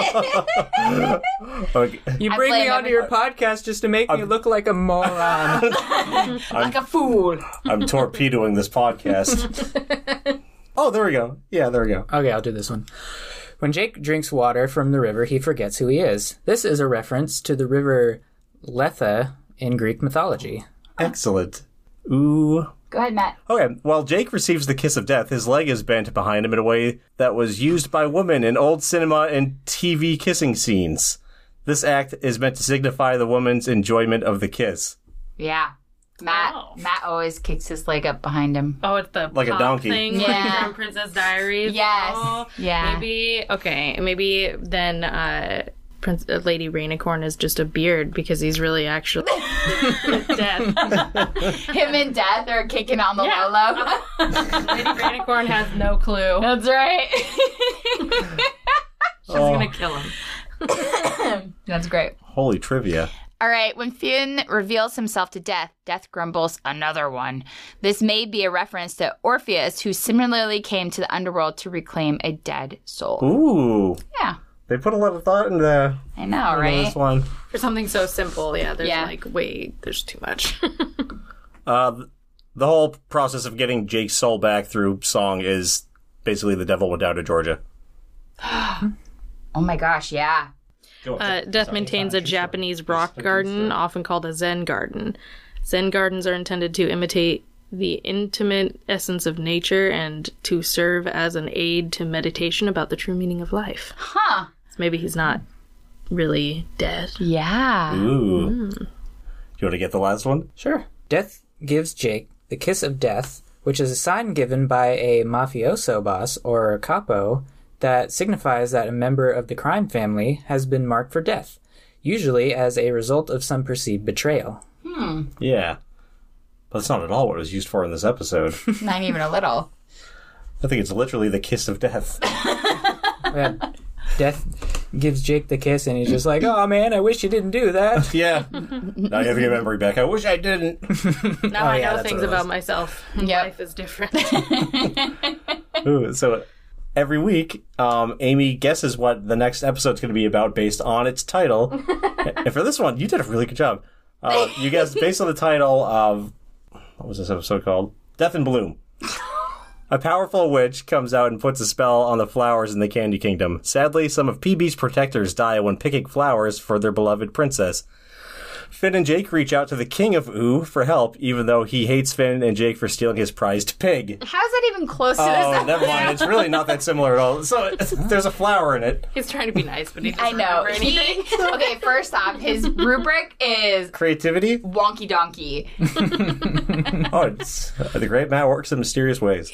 Okay. You bring me blame onto your podcast just to make me look like a moron. like a fool. I'm torpedoing this podcast. oh, there we go. Yeah, there we go. okay, I'll do this one. When Jake drinks water from the river, he forgets who he is. This is a reference to the river Lethe in Greek mythology. Excellent. Ooh. Go ahead, Matt. Okay, while Jake receives the kiss of death, his leg is bent behind him in a way that was used by women in old cinema and TV kissing scenes. This act is meant to signify the woman's enjoyment of the kiss. Yeah. Matt Oh. Matt always kicks his leg up behind him. Oh, it's the Like a pop donkey. [LAUGHS] thing Yeah. like from Princess Diaries. Yes. Oh, Yeah. Maybe okay. Maybe then uh, Prince uh, Lady Rainicorn is just a beard because he's really actually [LAUGHS] dead. Him and Death are kicking on the Yeah. low low. Lady Rainicorn has no [LAUGHS] clue. That's right. [LAUGHS] She's gonna kill him. That's great. Holy trivia. All right, when Finn reveals himself to Death, Death grumbles another one. This may be a reference to Orpheus, who similarly came to the underworld to reclaim a dead soul. Ooh. Yeah, They put a lot of thought into, I know, into right? this one. For something so simple, yeah. There's Yeah. like wait, there's too much. Uh, th- the whole process of getting Jake's soul back through song is basically the devil went down to Georgia. Oh my gosh, yeah. Uh, Death maintains a Japanese rock garden, often called a Zen garden. Zen gardens are intended to imitate the intimate essence of nature and to serve as an aid to meditation about the true meaning of life. Huh. So maybe he's not really [LAUGHS] dead. Yeah. Ooh. Do you want to get the last one? Sure. Death gives Jake the kiss of death, which is a sign given by a mafioso boss or capo that signifies that a member of the crime family has been marked for death, usually as a result of some perceived betrayal. Yeah. But that's not at all what it was used for in this episode. Not even a [LAUGHS] little. I think it's literally the kiss of death. Yeah. death gives Jake the kiss, and he's just like, oh man, I wish you didn't do that. Yeah. [LAUGHS] now you have your memory back. I wish I didn't. Now I Oh, yeah, know that's things what it about was. myself. Yep. Life is different. [LAUGHS] Ooh, so every week, um, Amy guesses what the next episode's going to be about based on its title. and for this one, you did a really good job. Uh, you guessed based on the title of what was this episode called? Death and Bloom. A powerful witch comes out and puts a spell on the flowers in the Candy Kingdom. Sadly, some of PB's protectors die when picking flowers for their beloved princess. Finn and Jake reach out to the King of Ooh for help, even though he hates Finn and Jake for stealing his prized pig. How's that even close to this? Oh, never mind. It's really not that similar at all. So [LAUGHS] there's a flower in it. he's trying to be nice, but he I [LAUGHS] doesn't know. remember anything. He, okay, first off, his rubric is Creativity. wonky donkey. Oh, it's, the great Matt works in mysterious [LAUGHS] ways.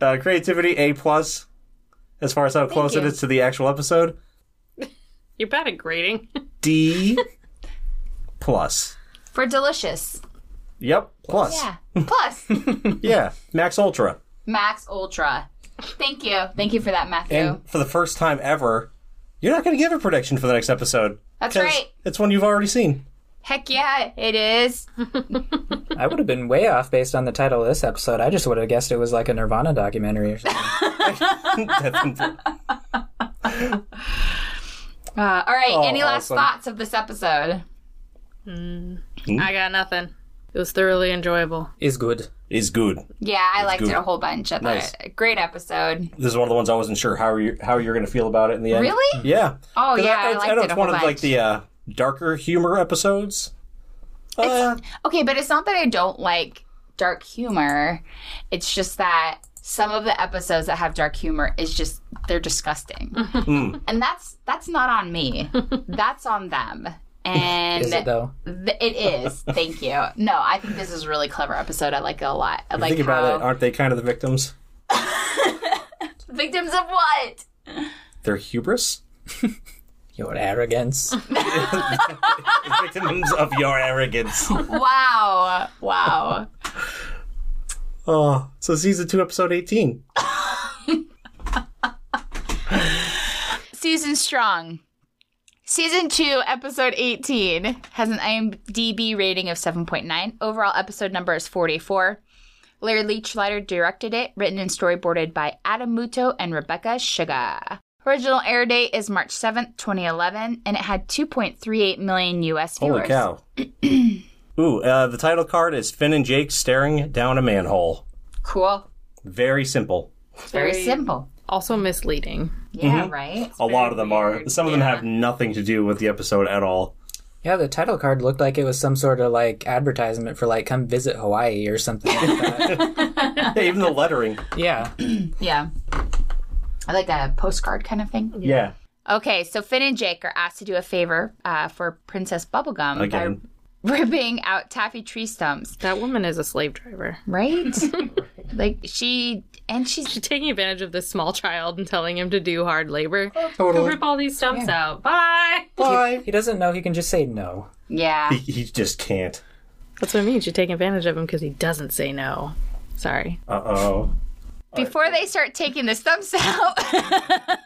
uh, creativity A plus, as far as how close it you. is to the actual episode. You're bad at grading. [LAUGHS] D plus. For delicious. Yep, plus. Yeah. Plus, Yeah, Max Ultra. Max Ultra. Thank you. Thank you for that, Matthew. And for the first time ever, you're not going to give a prediction for the next episode. That's 'cause right. It's one you've already seen. [LAUGHS] Heck yeah, it is. I would have been way off based on the title of this episode. I just would have guessed it was like a Nirvana documentary or [LAUGHS] something. Death and Bloom. Uh, all right, Oh, any last awesome. thoughts of this episode? [LAUGHS] I got nothing. It was thoroughly enjoyable. Is good. Is good. Yeah, I liked good. it a whole bunch. I thought Nice. it- great episode. This is one of the ones I wasn't sure how you how you're going to feel about it in the end. Really? Yeah. Oh 'Cause yeah, I, I, liked know it it's a whole one bunch. of like the uh, darker humor episodes. Uh, okay, but it's not that I don't like dark humor. It's just that some of the episodes that have dark humor is just they're disgusting, Mm. [LAUGHS] and that's that's not on me. that's on them. And Is it though? th- it is. Thank you. No, I think this is a really clever episode. I like it a lot. I like think about uh, how [LAUGHS] it. Aren't they kind of the victims? victims of what? their hubris, [LAUGHS] Your arrogance. victims of [LAUGHS] your arrogance. Wow. Wow. Oh, so season two, episode eighteen. Season Strong. Season 2, episode 18, has an IMDb rating of 7.9. Overall episode number is 44. Larry Leachlider directed it, written and storyboarded by Adam Muto and Rebecca Sugar. Original air date is March 7th, 2011, and it had 2.38 million US viewers. Holy [CLEARS THROAT] cow! Ooh, uh, the title card is Finn and Jake staring down a manhole. Cool. Very simple. It's very, Very- simple. Also misleading. Yeah, Mm-hmm. right? a lot of them are. Some of them have nothing to do with the episode [LAUGHS] at all. yeah, the title card looked like it was some sort of like advertisement for like come visit Hawaii or something like that. Yeah, even the lettering. yeah. Yeah. I like a postcard kind of thing. Yeah. Okay, so Finn and Jake are asked to do a favor uh, for Princess Bubblegum Again. by ripping out taffy tree stumps, That woman is a slave driver. right? [LAUGHS] like she and she's Taking advantage of this small child and telling him to do hard labor. Go Totally. rip all these stumps out. Bye. Bye. He doesn't know he can just say no. yeah. He, he just can't. That's what I mean. She's taking advantage of him because he doesn't say no. Sorry. Uh oh. Before they start taking the stumps out,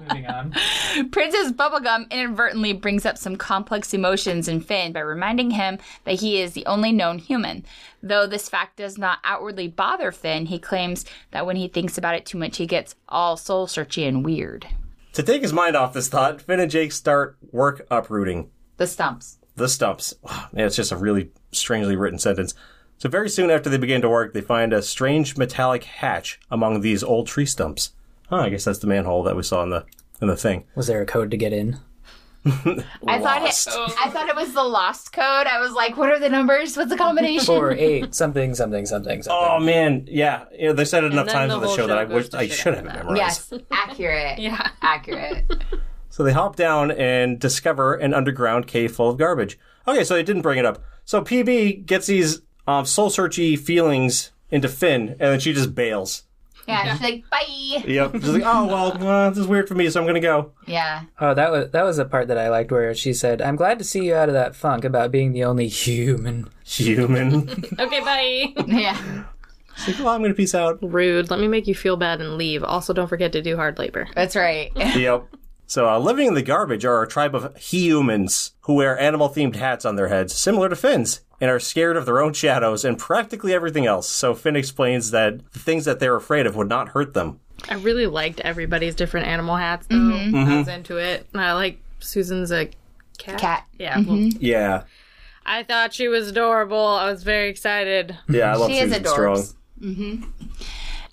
Moving on. [LAUGHS] Princess Bubblegum inadvertently brings up some complex emotions in Finn by reminding him that he is the only known human. Though this fact does not outwardly bother Finn, he claims that when he thinks about it too much, he gets all soul searchy and weird. To take his mind off this thought, Finn and Jake start work uprooting The stumps. the stumps. [SIGHS] Wow, man, it's just a really strangely written sentence. So very soon after they begin to work, they find a strange metallic hatch among these old tree stumps. Huh, I guess that's the manhole that we saw in the in the thing. Was there a code to get in? I thought it. I thought it was the lost code. I was like, "What are the numbers? What's the combination?" Four, eight, something, something, something, something. Oh man, yeah. You know, they said it enough then times the on the whole show that show I goes wish to I shit should have after that. memorized. yes, [LAUGHS] accurate. Yeah, accurate. [LAUGHS] So they hop down and discover an underground cave full of garbage. Okay, so they didn't bring it up. So PB gets these um, soul searchy feelings into Finn, and then she just bails. Yeah, she's like, "Bye." Yep. She's like, oh, well, uh, this is weird for me, so I'm going to go. Yeah, Oh, that was that was the part that I liked where she said, "I'm glad to see you out of that funk about being the only human." [LAUGHS] Human. Okay, bye. [LAUGHS] yeah. She's like, well, I'm going to peace out. Rude. Let me make you feel bad and leave. Also, don't forget to do hard labor. That's right. [LAUGHS] Yep. So, uh, living in the garbage are a tribe of humans who wear animal themed hats on their heads, similar to Finn's, and are scared of their own shadows and practically everything else. So, Finn explains that the things that they're afraid of would not hurt them. I really liked everybody's different animal hats, though. I Mm-hmm. was into it. And I like Susan's a cat. Cat. Yeah. well, Yeah. I thought she was adorable. I was very excited. Yeah, I love She is Susan adorbs. Strong.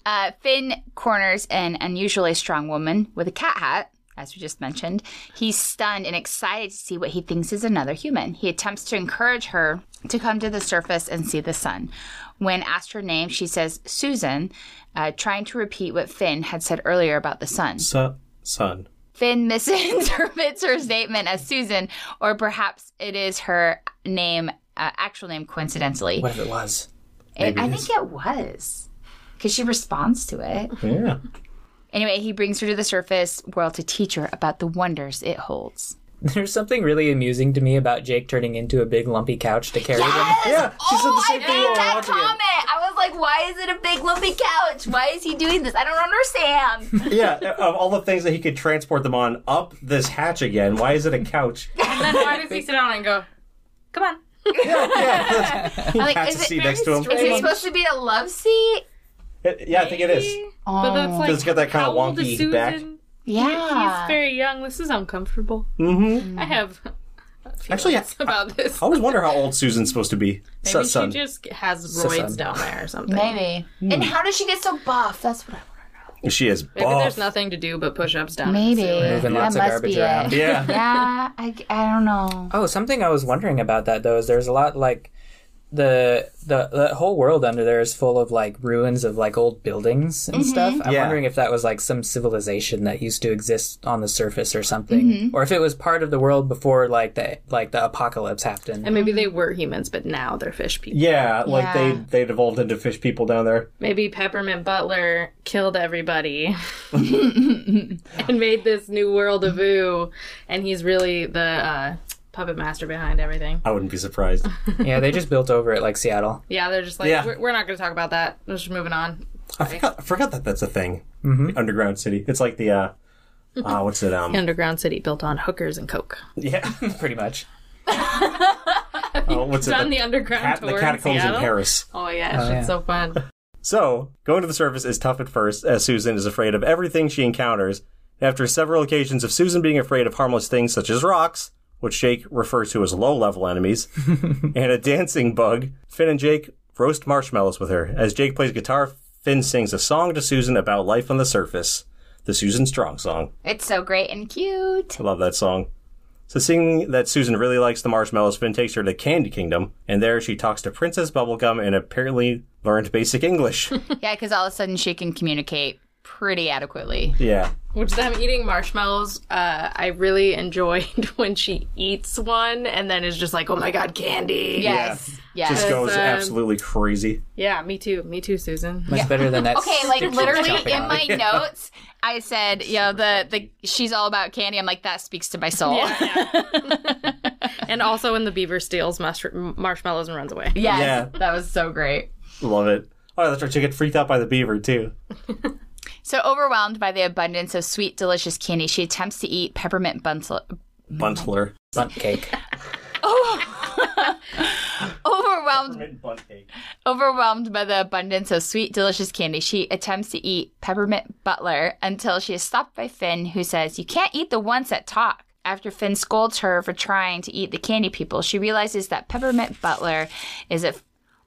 Uh, Finn corners an unusually strong woman with a cat hat. As we just mentioned, he's stunned and excited to see what he thinks is another human. He attempts to encourage her to come to the surface and see the sun. When asked her name, she says Susan, uh, trying to repeat what Finn had said earlier about the sun. Su- son. Finn misinterprets her statement as Susan, or perhaps it is her name, uh, actual name, coincidentally. What if it was? It- I think it was, because she responds to it. Yeah. Anyway, he brings her to the surface world to teach her about the wonders it holds. There's something really amusing to me about Jake turning into a big lumpy couch to carry them. Yeah, she said the Oh, I same made thing while that watching comment. I was like, why is it a big lumpy couch? Why is he doing this? I don't understand. it. Yeah, of all the things that he could transport them on, up this hatch again. Why is it a couch? And then why does he sit down and go, come on? yeah, yeah. He like, has is a it seat next to him. is it supposed to be a love seat? It- yeah, I think it is. But that's like, Does it get that kinda how old is wonky Susan? back? Yeah. He's very young. This is uncomfortable. Mm-hmm. I have Actually, I, I about this. always wonder how old Susan's supposed to be. Su- Maybe son. she just has son. roids down there or [LAUGHS] something. Maybe. And how does she get so buff? That's what I want. She is Maybe buff. there's nothing to do but push-ups down. Maybe. Moving lots of that must garbage be around. it. yeah. Yeah, [LAUGHS] I, I don't know. Oh, something I was wondering about that though is there's a lot like the the the whole world under there is full of like ruins of like old buildings Mm-hmm. and stuff. I'm Yeah. wondering if that was like some civilization that used to exist on the surface or something, Mm-hmm. or if it was part of the world before like the like the apocalypse happened. And maybe they were humans, but now they're fish people. Yeah, like they Yeah. they evolved into fish people down there. Maybe Peppermint Butler killed everybody and made this new world of Ooh, and he's really the uh, puppet master behind everything. I wouldn't [LAUGHS] be surprised. yeah, they just built over it like Seattle. Yeah, they're just like, Yeah. we're, we're not going to talk about that. We're just moving on. I forgot, I forgot that that's a thing. The underground city. It's like the uh, uh what's it [LAUGHS] um Underground city built on hookers and coke. yeah. [LAUGHS] Pretty much. Oh, what's it? Done the, the, underground cat- the tour catacombs in in Seattle. Paris. Oh yeah, yeah. it's so fun. So, going to the surface is tough at first, as Susan is afraid of everything she encounters. After several occasions of Susan being afraid of harmless things such as rocks, which Jake refers to as low level enemies, and a dancing bug, Finn and Jake roast marshmallows with her. As Jake plays guitar, Finn sings a song to Susan about life on the surface. The Susan Strong song. It's so great and cute. I love that song. So, seeing that Susan really likes the marshmallows, Finn takes her to Candy Kingdom, and there she talks to Princess Bubblegum and apparently learned basic English. Yeah, because all of a sudden she can communicate pretty adequately. yeah. Which them eating marshmallows, uh, I really [LAUGHS] enjoyed when she eats one and then is just like, oh my god, candy. Yes. Yes. just goes um, absolutely crazy. Yeah, me too. Me too, Susan. Much better than [LAUGHS] that. Okay, like stick she was literally chomping in on. my notes, I said, you know, the, the she's all about candy. I'm like, that speaks to my soul. Yeah, yeah. and also when the beaver steals mush- marshmallows and runs away. [LAUGHS] Yes, Yeah. that was so great. Love it. Oh, that's right. She get freaked out by the beaver too. So overwhelmed by the abundance of sweet, delicious candy, she attempts to eat peppermint bunsel. Buntler. Bunt cake. [LAUGHS] Overwhelmed, Bunt cake. overwhelmed by the abundance of sweet, delicious candy, she attempts to eat peppermint butler until she is stopped by Finn, who says, "You can't eat the ones that talk." After Finn scolds her for trying to eat the candy people, she realizes that peppermint butler is a.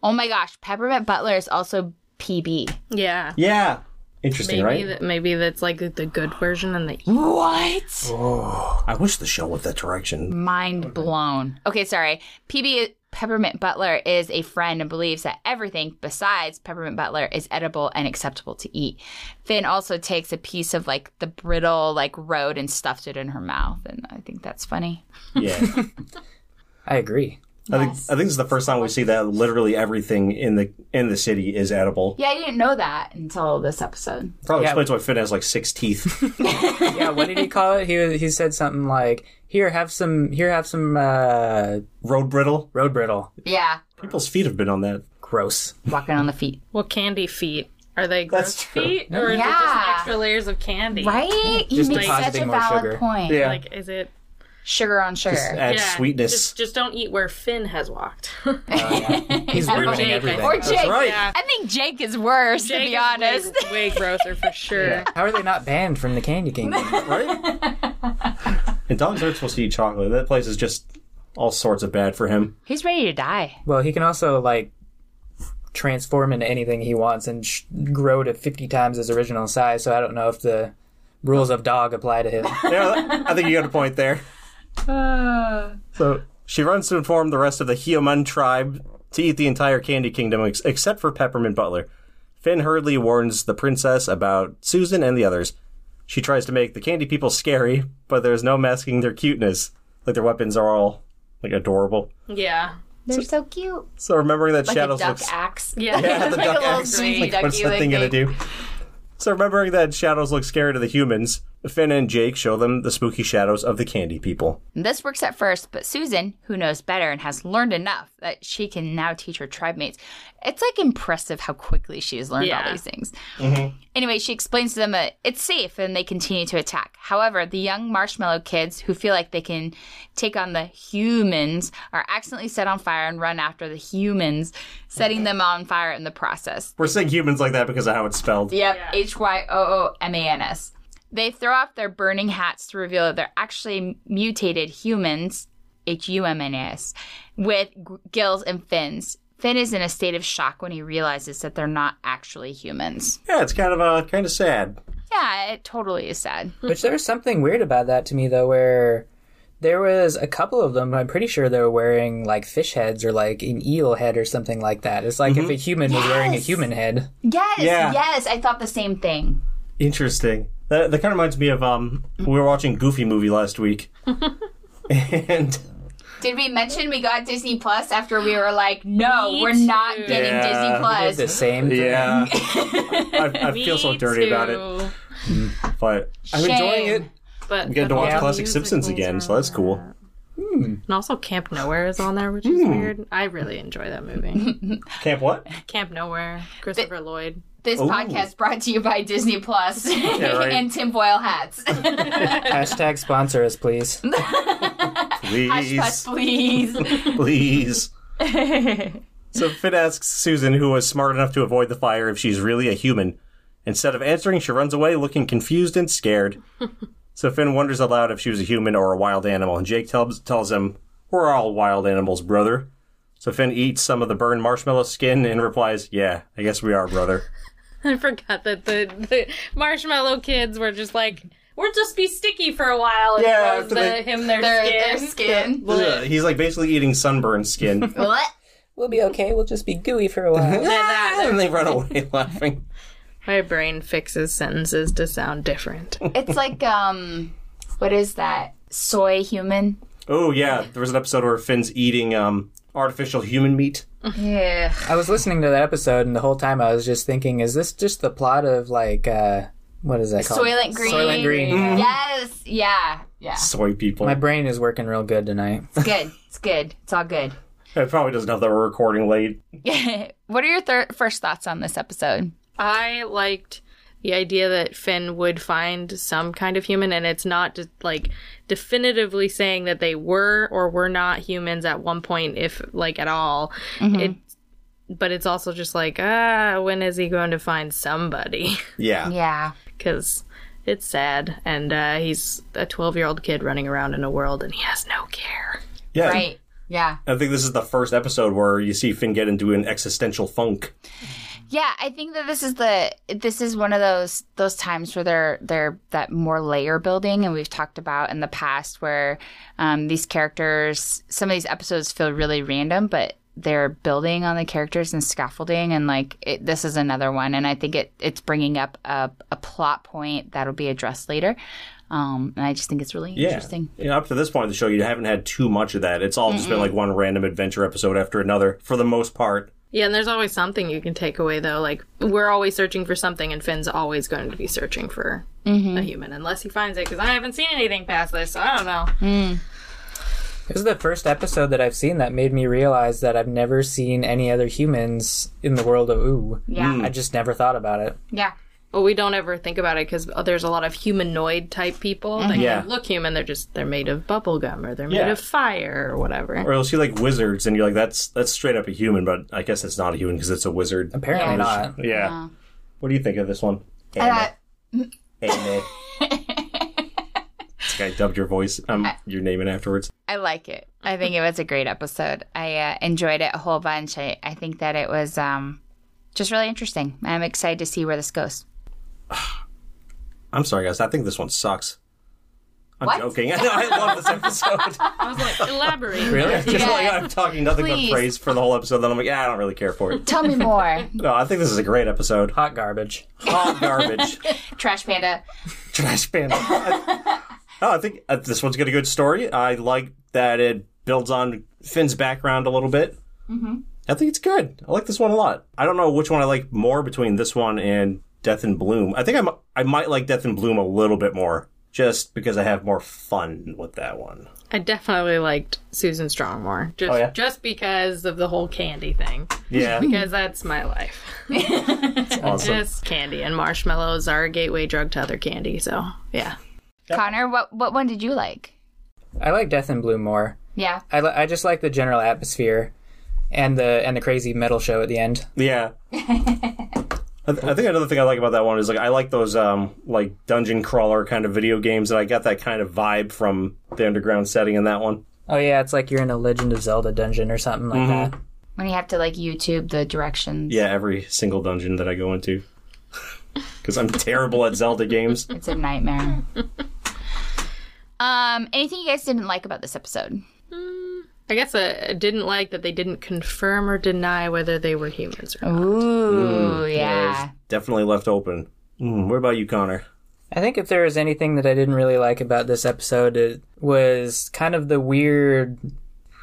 Oh my gosh, peppermint butler is also PB. Yeah. Yeah. Interesting, Maybe right? that maybe that's like the good version and the e-, What? I wish the show went that [LAUGHS] direction. Mind blown. Okay, sorry. PB Peppermint Butler is a friend and believes that everything besides Peppermint Butler is edible and acceptable to eat. Finn also takes a piece of like the brittle like road and stuffed it in her mouth, and I think that's funny. Yeah. I think I agree. I think this is the first time we see that literally everything in the in the city is edible. Yeah, I didn't know that until this episode. Probably Yeah. explains why Finn has like six teeth. [LAUGHS] Yeah, what did he call it? He was, he said something like, "Here, have some. Here, have some uh, Road brittle. road brittle." Yeah, People's feet have been on that. Gross. walking on the feet, what candy feet. Are they gross That's true. feet or is it Yeah. just extra layers of candy? right? You Just make such a depositing more valid sugar. point. Like is it Sugar on sugar. Add yeah, sweetness. Just just don't eat where Finn has [LAUGHS] walked. [LAUGHS] He's ruining everything. or Jake. right. I think Jake is worse, to Jake be is honest. way, way grosser for sure. How are they not banned from the Candy Kingdom? [LAUGHS] right? [LAUGHS] and dogs aren't supposed to eat chocolate. That place is just all sorts of bad for him. [LAUGHS] He's ready to die. well, he can also like transform into anything he wants and sh- grow to fifty times his original size. So I don't know if the rules of dog apply to him. yeah, I think you got a point there. So she runs to inform the rest of the Hioman tribe to eat the entire Candy Kingdom ex- except for Peppermint Butler. Finn hurriedly warns the princess about Susan and the others. She tries to make the candy people scary, but there's no masking their cuteness. Like their weapons are all like adorable. Yeah. They're so cute. So remembering that Like Shadows a duck looks axe. Yeah. [LAUGHS] yeah, [LAUGHS] the Like a duck little axe. green Like, what's ducky the thing gonna looking. do? So remembering that shadows look scary to the humans, Finn and Jake show them the spooky shadows of the candy people. This works at first, but Susan, who knows better and has learned enough that she can now teach her tribe mates, it's like impressive how quickly she has learned all Yeah. these things. Anyway, she explains to them that it's safe and they continue to attack. However, the young marshmallow kids who feel like they can take on the humans are accidentally set on fire and run after the humans, setting them on fire in the process. We're saying humans like that because of how it's spelled. Yep, H Y O O M A N S. They throw off their burning hats to reveal that they're actually mutated humans, H U M N S, with g- gills and fins. Finn is in a state of shock when he realizes that they're not actually humans. Yeah, it's kind of uh, kind of sad. Yeah, it totally is sad. Which there was something weird about that to me though, where There was a couple of them. I'm pretty sure they were wearing like fish heads or like an eel head or something like that. It's like Mm-hmm. if a human was wearing a Yes. human head. Yes, Yeah. yes, I thought the same thing. Interesting. That, that kind of reminds me of um, we were watching Goofy movie [LAUGHS] last week, and Did we mention we got Disney Plus after we were like, no, Me we're not too. getting Yeah. It's Disney the Plus? same thing. yeah, I, I [LAUGHS] feel so dirty about it. But I'm enjoying Shame. it. But I'm getting to watch classic Simpsons again, so that's cool. And also Camp Nowhere is on there, which is Hmm. weird. I really enjoy [LAUGHS] that movie. [LAUGHS] Camp what? Camp Nowhere, Christopher Lloyd. [LAUGHS] This podcast brought to you by Disney Plus [LAUGHS] right. and tinfoil hats. Hashtag sponsor us, please. Hush, Please, please. [LAUGHS] please. so Finn asks Susan, who was smart enough to avoid the fire, if she's really a human. Instead of answering, she runs away, looking confused and scared. so Finn wonders aloud if she was a human or a wild animal, and Jake tells tells him, "We're all wild animals, brother." So Finn eats some of the burned marshmallow skin and replies, "Yeah, I guess we are, brother." I forgot that the, the marshmallow kids were just like, we'll just be sticky for a while and Yeah, yeah, after the, they- him their, Their, skin. their skin. Ugh, Uh, He's like basically eating sunburned skin. What? [LAUGHS] We'll be okay. We'll just be gooey for a while. and they run away laughing. My brain fixes sentences to sound different. It's like, um, what is that? Soy human? Oh yeah, there was an episode where Finn's eating um, artificial human meat. Yeah. [LAUGHS] I was listening to that episode, and the whole time I was just thinking, is this just the plot of like uh, what is that called? Soylent Green. Soylent Green. Mm-hmm. Yes. Yeah. Yeah. Soy people. My brain is working real good tonight. It's good. It's good. It's all good. It probably doesn't help that we're recording late. what are your thir- first thoughts on this episode? I liked the idea that Finn would find some kind of human, and it's not just like definitively saying that they were or were not humans at one point, if like at all. It, but it's also just like, ah, when is he going to find somebody? [LAUGHS] Yeah. Yeah. Because it's sad, and uh, he's a twelve-year-old kid running around in a world, and he has no care. Yeah. Right. Yeah. I think this is the first episode where you see Finn get into an existential funk. Yeah, I think that this is the this is one of those those times where they're they're that more layer building, and we've talked about in the past where um, these characters, some of these episodes feel really random, but they're building on the characters and scaffolding, and like it, this is another one, and I think it it's bringing up a, a plot point that'll be addressed later, um, and I just think it's really Yeah. interesting. You know, up to this point of the show, you haven't had too much of that. It's all just been like one random adventure episode after another, for the most part. Yeah, and there's always something you can take away, though. Like, we're always searching for something, and Finn's always going to be searching for a human, unless he finds it, because I haven't seen anything past this, so I don't know. It was the first episode that I've seen that made me realize that I've never seen any other humans in the world of Ooh. Yeah. I just never thought about it. Yeah, But we don't ever think about it, because there's a lot of humanoid type people that Yeah. look human. They're just, they're made of bubblegum, or they're Yeah. made of fire, or whatever. Or you'll see like wizards, and you're like, that's that's straight up a human, but I guess it's not a human because it's a wizard. Oh. Apparently not. Yeah. What do you think of this one? uh, [LAUGHS] Anime. This guy dubbed your voice, um, your name in afterwards. I like it. I think it was a great episode. I uh, enjoyed it a whole bunch. I, I think that it was um, just really interesting. I'm excited to see where this goes. I'm sorry, guys. I think this one sucks. I'm What? joking. [LAUGHS] I know. I love this [LAUGHS] episode. I was like, [LAUGHS] elaborate. It's just Yeah. like I'm talking nothing Please. but praise for the whole episode. Then I'm like, yeah, I don't really care for [LAUGHS] it. Tell me more. No, I think this is a great episode. Hot garbage. [LAUGHS] Hot garbage, Trash Panda. trash [LAUGHS] panda. I- no, I think uh, this one's got a good story. I like that it builds on Finn's background a little bit. Mm-hmm. I think it's good. I like this one a lot. I don't know which one I like more between this one and Death and Bloom. I think I'm, I might like Death and Bloom a little bit more, just because I have more fun with that one. I definitely liked Susan Strong more, just, Oh, yeah? just because of the whole candy thing, [LAUGHS] Yeah, because that's my life. awesome. Just candy and marshmallows are a gateway drug to other candy, so yeah. Connor, what what one did you like? I like Death and Bloom more. Yeah. I, li- I just like the general atmosphere and the and the crazy metal show at the end. [LAUGHS] Yeah. I, th- I think another thing I like about that one is like I like those um like dungeon crawler kind of video games, and I got that kind of vibe from the underground setting in that one. Oh yeah, it's like you're in a Legend of Zelda dungeon or something like that. When you have to like YouTube the directions. Yeah, every single dungeon that I go into, [LAUGHS] because I'm terrible at Zelda games. [LAUGHS] It's a nightmare. Um, anything you guys didn't like about this episode? I guess I I didn't like that they didn't confirm or deny whether they were humans or not. Ooh, It's definitely left open. Mm, what about you, Connor? I think if there was anything that I didn't really like about this episode, it was kind of the weird.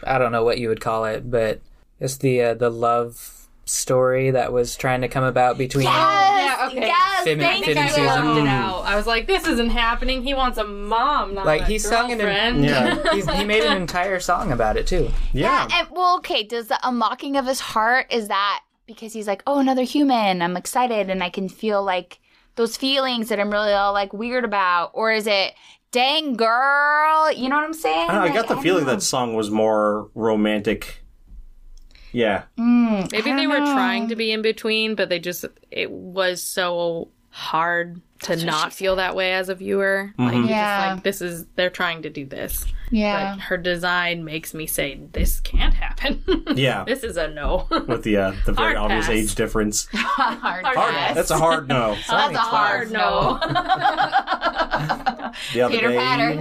I don't know what you would call it, but it's the uh, the love story that was trying to come about between. Yes, okay. yes, Finn- thank Finn you. and Susan. it out. I was like, this isn't happening. He wants a mom, not Like he sung an girlfriend. Yeah. he's, uh, he made an entire song about it too. Yeah. And, well, okay. Does the unlocking of his heart is that because he's like, oh, another human? I'm excited, and I can feel like those feelings that I'm really all like weird about, or is it, dang girl? You know what I'm saying? I, don't know, I Like, got the don't feeling know. that song was more romantic. Yeah. Mm. Maybe they were trying to be in between, but they just it was so hard to not feel that way as a viewer. Mm-hmm. Like, you're Yeah. just like this is they're trying to do this. yeah. But her design makes me say this can't happen. [LAUGHS] Yeah. this is a no. [LAUGHS] With the uh, the very Hard obvious pass. age difference. hard, [LAUGHS] Hard pass. That's a hard [LAUGHS] Oh, no. That's a hard no. The other Peter day, Patter.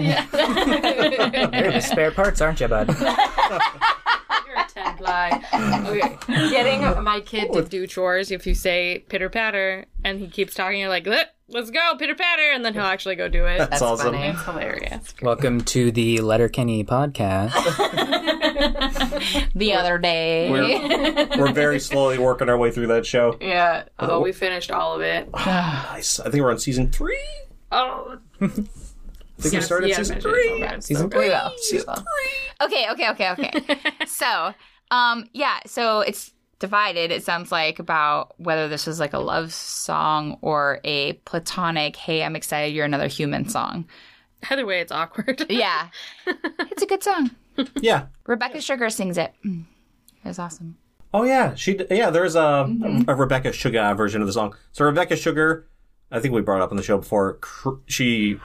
You're the spare parts, aren't you, bud? You're a ten ply. Okay. [LAUGHS] Getting my kid to do chores if you say pitter patter and he keeps talking, you're like, "Let- let's go, pitter patter, and then he'll actually go do it. That's, awesome. funny. That's hilarious. Welcome to the Letterkenny podcast. The other day. We're, [LAUGHS] we're very slowly working our way through that show. Yeah. Oh, we finished all of it. Nice. I think we're on season three. Oh, I think we started season three. Season three. Okay, okay, okay, okay. so, um, yeah, so it's divided, it sounds like, about whether this was like a love song or a platonic, hey, I'm excited you're another human song. Either way, [LAUGHS] it's awkward. Yeah. [LAUGHS] it's a good song. Yeah. Rebecca Sugar sings it. Mm. It was awesome. Oh yeah, she. d- Yeah, there's a, Mm-hmm. a Rebecca Sugar version of the song. So Rebecca Sugar, I think we brought up on the show before. cr- She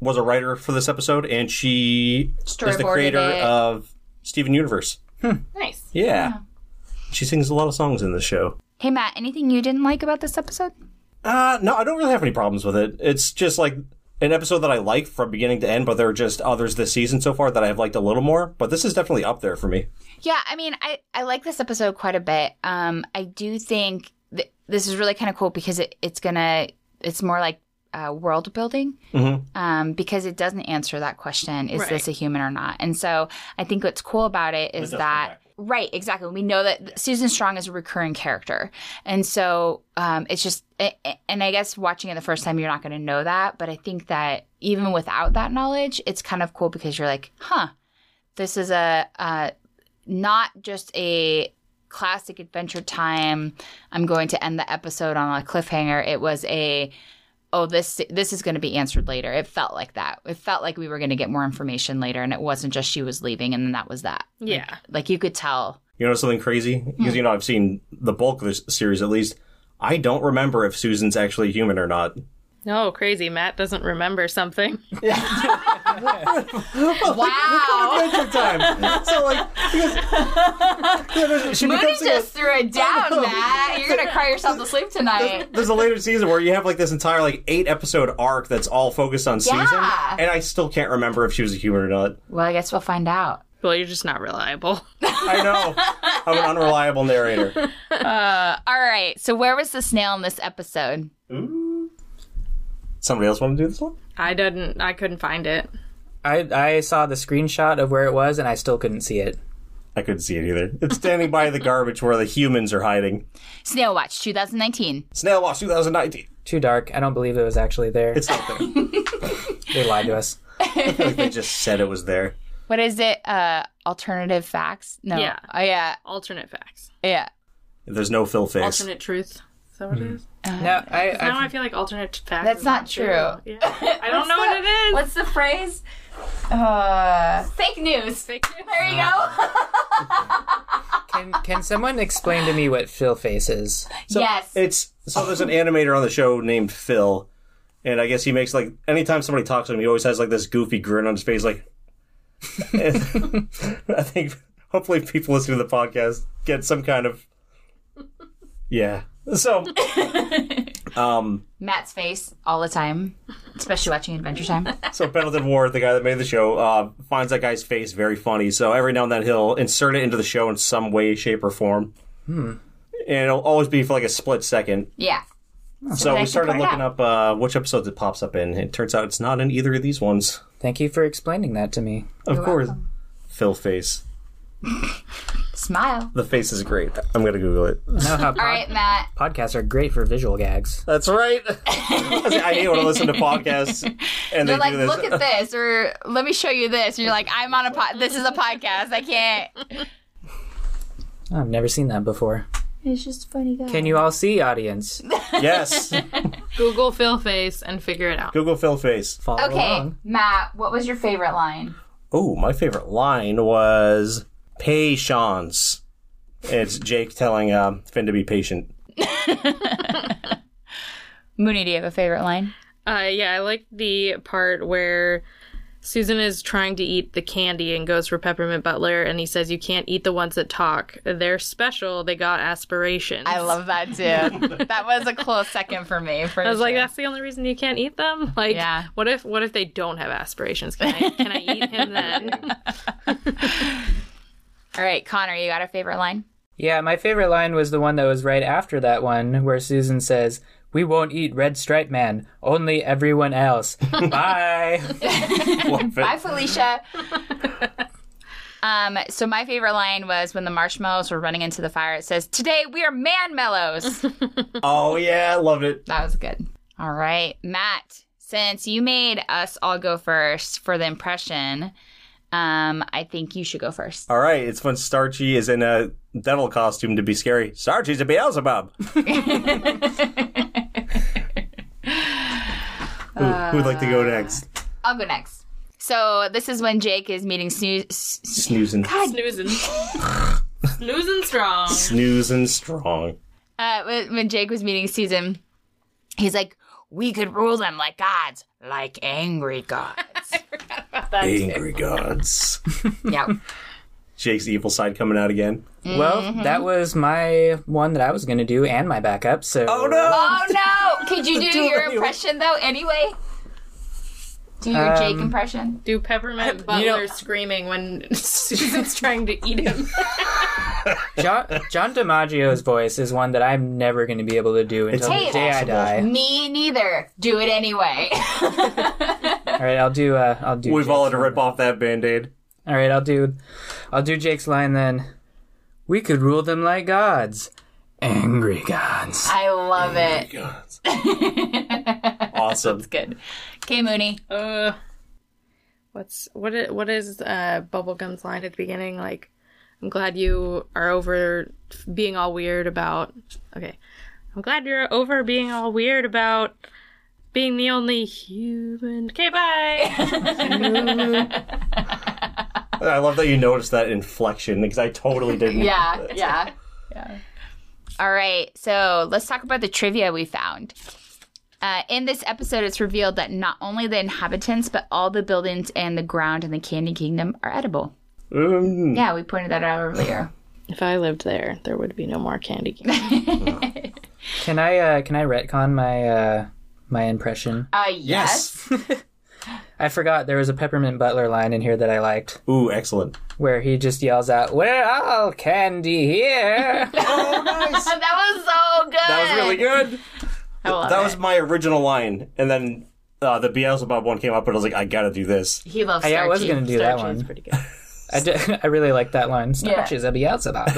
was a writer for this episode, and she is the Storyboarded creator it. of Steven Universe. Hmm. Nice. Yeah. she sings a lot of songs in this show. Hey, Matt, anything you didn't like about this episode? Uh, no, I don't really have any problems with it. It's just like an episode that I like from beginning to end, but there are just others this season so far that I have liked a little more. But this is definitely up there for me. Yeah, I mean, I, I like this episode quite a bit. Um, I do think th- this is really kind of cool because it, it's gonna it's more like uh, world building um, because it doesn't answer that question: is this a human or not? And so I think what's cool about it is that right, exactly. We know that Susan Strong is a recurring character, and so um, it's just a- a- and I guess watching it the first time you're not going to know that, but I think that even without that knowledge, it's kind of cool because you're like, huh. This is a uh, not just a classic adventure time i'm going to end the episode on a cliffhanger it was a oh this this is going to be answered later it felt like that it felt like we were going to get more information later and it wasn't just she was leaving and then that was that Yeah. like you could tell You know something crazy? Because you know I've seen the bulk of this series at least. I don't remember if Susan's actually human or not. No, crazy. Matt doesn't remember something. wow Adventure time. so like, because, she Moody becomes like a- just threw it [LAUGHS] down, Matt. You're gonna cry yourself to sleep tonight. there's a later season where you have like this entire like eight episode arc that's all focused on season, Yeah. and I still can't remember if she was a human or not. [LAUGHS] Well, I guess we'll find out. Well, you're just not reliable. [LAUGHS] I know I'm an unreliable narrator. All right. So where was the snail in this episode? Somebody else want to do this one? I didn't. I couldn't find it. I I saw the screenshot of where it was, and I still couldn't see it. I couldn't see it either. It's standing by the garbage where the humans are hiding. Snail Watch 2019. Snail Watch 2019. Too dark. I don't believe it was actually there. It's not there. they lied to us. like they just said it was there. what is it? Uh, alternative facts? No. Yeah. Oh, yeah. Alternate facts. Yeah. There's no Phil face. Alternate truth. Is that what Mm-hmm. it is? No, I, Now I I feel like alternate facts. That's is not true. Yeah. I don't know what it is. What's the phrase? Uh, fake news. Fake news. There you go. can can someone explain to me what Phil face is? So yes. It's so there's an animator on the show named Phil, and I guess he makes like anytime somebody talks to him, he always has like this goofy grin on his face, like. [LAUGHS] And I think hopefully people listening to the podcast get some kind of yeah So, um, Matt's face all the time, especially watching Adventure Time. [LAUGHS] So Pendleton Ward, the guy that made the show, uh, finds that guy's face very funny. So every now and then he'll insert it into the show in some way, shape, or form. Hmm. And it'll always be for like a split second. Yeah. so I we can started find looking out. up uh, which episodes it pops up in. It turns out it's not in either of these ones. Thank you for explaining that to me. Of course. Phil face. Smile. The face is great. I'm gonna Google it. I know how pod- All right, Matt. podcasts are great for visual gags. That's right. [LAUGHS] I hate when I listen to podcasts and They're they like, do this. look at this, or let me show you this. And you're like, I'm on a pod. This is a podcast. I can't. I've never seen that before. It's just a funny guy. Can you all [LAUGHS] see, audience? yes. Google Phil face and figure it out. Google Phil face. Follow Okay, along. Matt, what was your favorite line? Oh, my favorite line was patience. It's Jake telling um, Finn to be patient. Mooney, do you have a favorite line? Uh, yeah, I like the part where Susan is trying to eat the candy and goes for Peppermint Butler, and he says, You can't eat the ones that talk. They're special. They got aspirations. I love that [LAUGHS] too. that was a close second for me. For I was like, that's the only reason you can't eat them. [LAUGHS] Like, Yeah. what if what if they don't have aspirations? Can I can I eat him [LAUGHS] then? All right, Connor, you got a favorite line? Yeah, my favorite line was the one that was right after that one, where Susan says, "We won't eat Red Stripe Man, only [LAUGHS] everyone else." Bye. Love it. Bye, Felicia. [LAUGHS] um, so my favorite line was when the marshmallows were running into the fire. It says, "Today we are man mellows." Oh yeah, I loved it. that was good. All right, Matt. Since you made us all go first for the impression, um, I think you should go first. All right, it's when Starchy is in a devil costume to be scary. Starchy's a Beelzebub. who, who would like to go next? I'll go next. So this is when Jake is meeting Snooze. Snoozing, [LAUGHS] Snoozing. Snoozing strong. snoozing strong. uh, when, when Jake was meeting Susan, he's like, "We could rule them like gods, like angry gods." Angry gods. yeah, Jake's evil side coming out again. Well, Mm-hmm. that was my one that I was gonna do, and my backup. So. Oh no! Oh no! Could you do your impression though? Anyway, do your Jake Um, impression. Do Peppermint Butler screaming when [LAUGHS] Susan's trying to eat him. John, John DiMaggio's voice is one that I'm never going to be able to do until It's the day impossible. I die. Me neither. Do it anyway. [LAUGHS] All right, I'll do. Uh, I'll do. We've Jake's all had to line. rip off that band-aid. All right, I'll do. I'll do Jake's line then. We could rule them like gods, angry gods. I love it. Gods. awesome. It's good. Okay, Mooney. Uh, what's what? i- What is uh, Bubblegum's line at the beginning? Like, I'm glad you are over f- being all weird about. Okay, I'm glad you're over being all weird about being the only human. Okay, [LAUGHS] bye. I love that you noticed that inflection because I totally didn't. Yeah, yeah, yeah. All right, so let's talk about the trivia we found. Uh, in this episode, it's revealed that not only the inhabitants, but all the buildings and the ground in the Candy Kingdom are edible. Mm. Yeah, we pointed that out earlier. if I lived there, there would be no more candy. Cane. Can I? Uh, can I retcon my uh, my impression? Uh, yes. [LAUGHS] I forgot there was a Peppermint Butler line in here that I liked, Ooh, excellent. where he just yells out, "We're all candy here." that was so good. That was really good. I love That it. was my original line, and then uh, the Beelzebub one came up, and I was like, I gotta do this. He loves I, I was Starchy. going to do that Actually, it's one. pretty good. I, d- [LAUGHS] I really like that line. Starch is a Beelzebub.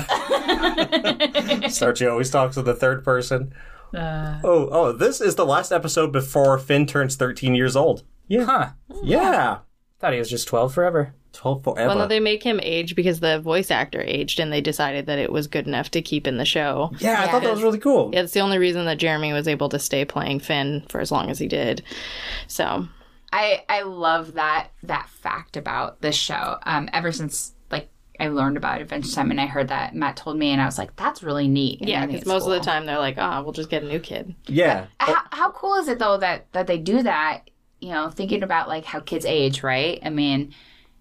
Starchy always talks in the third person. Oh, oh, this is the last episode before Finn turns 13 years old. Yeah, huh? yeah, Thought he was just twelve forever. 12 forever. [LAUGHS] Well, no, they make him age because the voice actor aged, and they decided that it was good enough to keep in the show. yeah, I thought that was really cool. It's the only reason that Jeremy was able to stay playing Finn for as long as he did. So I I love that that fact about this show. Um, ever since like I learned about Adventure Time and I heard that Matt told me, and I was like, that's really neat. And I Yeah, think because it's most cool. of the time they're like, "Ah, we'll just get a new kid." Yeah, how, how cool is it though that that they do that? You know, thinking about like how kids age, right? I mean,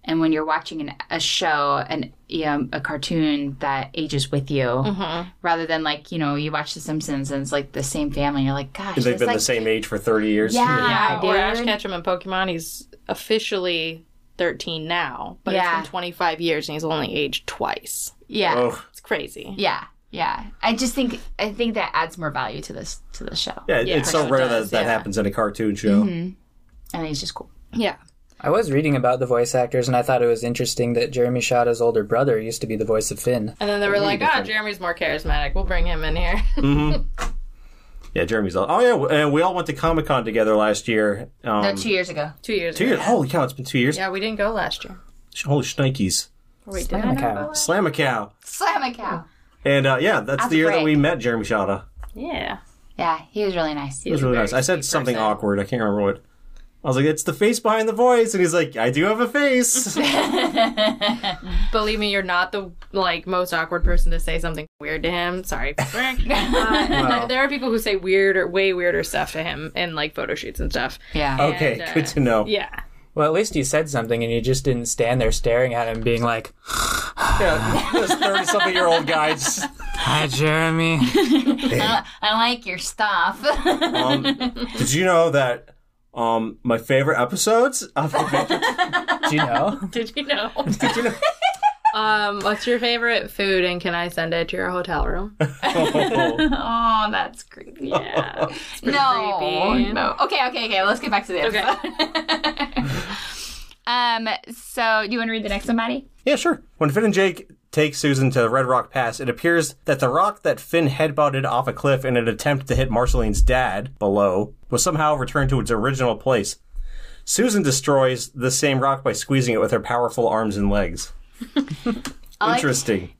and when you're watching an, a show and you know, a cartoon that ages with you, Mm-hmm. rather than like you know you watch The Simpsons and it's like the same family. You're like, gosh, They've it's been like, the same age for 30 years. Yeah, or Ash dude. Ketchum in Pokemon, he's officially 13 now, but Yeah. it's been 25 years and he's only aged twice. yeah, Oh. It's crazy. yeah, yeah. I just think I think that adds more value to this to the show. Yeah, it- Yeah, it's so it rare does, that that yeah. happens in a cartoon show. I think it's just cool. Yeah. I was reading about the voice actors, and I thought it was interesting that Jeremy Shada's older brother used to be the voice of Finn. And then they were like, ah, Jeremy's more charismatic. We'll bring him in here. [LAUGHS] Yeah, Jeremy's all, oh yeah, w- and we all went to Comic Con together last year. Um, No, two years ago. Two years two ago. years. Oh. Holy cow, it's been two years. Yeah, we didn't go last year. Sh- Holy shnikes. Wait, Slam a cow. Slam a cow. Slam a cow. And uh, yeah, that's the year that afraid. we met Jeremy Shada. Yeah. Yeah, he was really nice. It was really nice. I said something awkward. I can't remember what. I was like, it's the face behind the voice. And he's like, I do have a face. Believe me, you're not the like most awkward person to say something weird to him. Sorry, [LAUGHS] Frank. Uh, There are people who say weird or way weirder stuff to him in like photo shoots and stuff. Yeah. okay, And, uh, good to know. [LAUGHS] Yeah. Yeah. Well, at least you said something, and you just didn't stand there staring at him, being like, this 30 something year old guy. just- "Hi, [LAUGHS] Jeremy." I like your stuff. [LAUGHS] Um, did you know that um, my favorite episodes of Do you know? [LAUGHS] Did you [LAUGHS] know? Did you know? um, what's your favorite food, and can I send it to your hotel room? oh, that's creepy. Yeah. no, creepy. no. Okay, okay, okay. Let's get back to the episode. [LAUGHS] um. So, do you want to read the next one, Maddie? Yeah, sure. When Finn and Jake take Susan to Red Rock Pass, it appears that the rock that Finn headbutted off a cliff in an attempt to hit Marceline's dad below was somehow returned to its original place. Susan destroys the same rock by squeezing it with her powerful arms [LAUGHS] and legs. like- Interesting.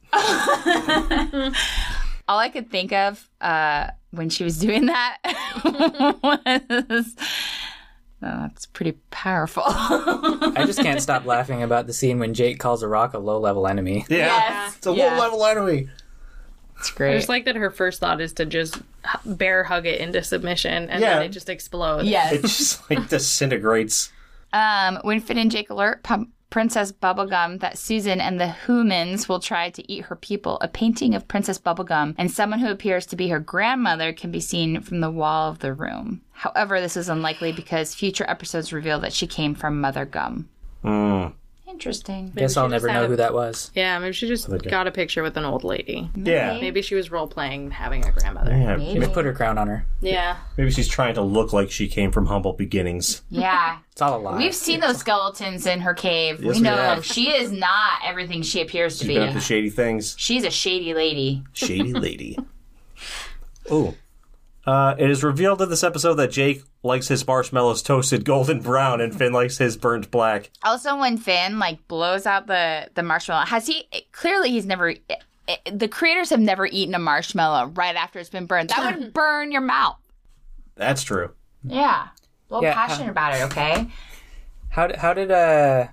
All I could think of uh, when she was doing that [LAUGHS] was. Oh, that's pretty powerful. [LAUGHS] I just can't stop laughing about the scene when Jake calls a rock a low-level enemy. Yeah. Yes, It's a yeah. low level enemy. It's I great. just like that her first thought is to just h- bear hug it into submission, and Yeah. then it just explodes. It yes. [LAUGHS] just like disintegrates. Um, when Finn and Jake alert Pum- Princess Bubblegum that Susan and the humans will try to eat her people, a painting of Princess Bubblegum and someone who appears to be her grandmother can be seen from the wall of the room. However, this is unlikely because future episodes reveal that she came from Mother Gum. Mm. Interesting. Guess I'll never know had a- who that was. Yeah, maybe she just got a picture with an old lady. Yeah. Maybe she was role playing having a grandmother. Yeah. We put her crown on her. Yeah. Maybe she's trying to look like she came from humble beginnings. Yeah. It's all a lie. We've seen those skeletons in her cave. Yes, we we know have. she is not everything she appears to She's been up be. to shady things. She's a shady lady. Shady [LAUGHS] lady. Oh. Uh, it is revealed in this episode that Jake likes his marshmallows toasted golden brown and Finn likes his burnt black. Also, when Finn like blows out the the marshmallow, has he clearly he's never. e, the creators have never eaten a marshmallow right after it's been burned. That [LAUGHS] would burn your mouth. That's true. Yeah. A little Yeah. passionate about it, okay? How d- how did uh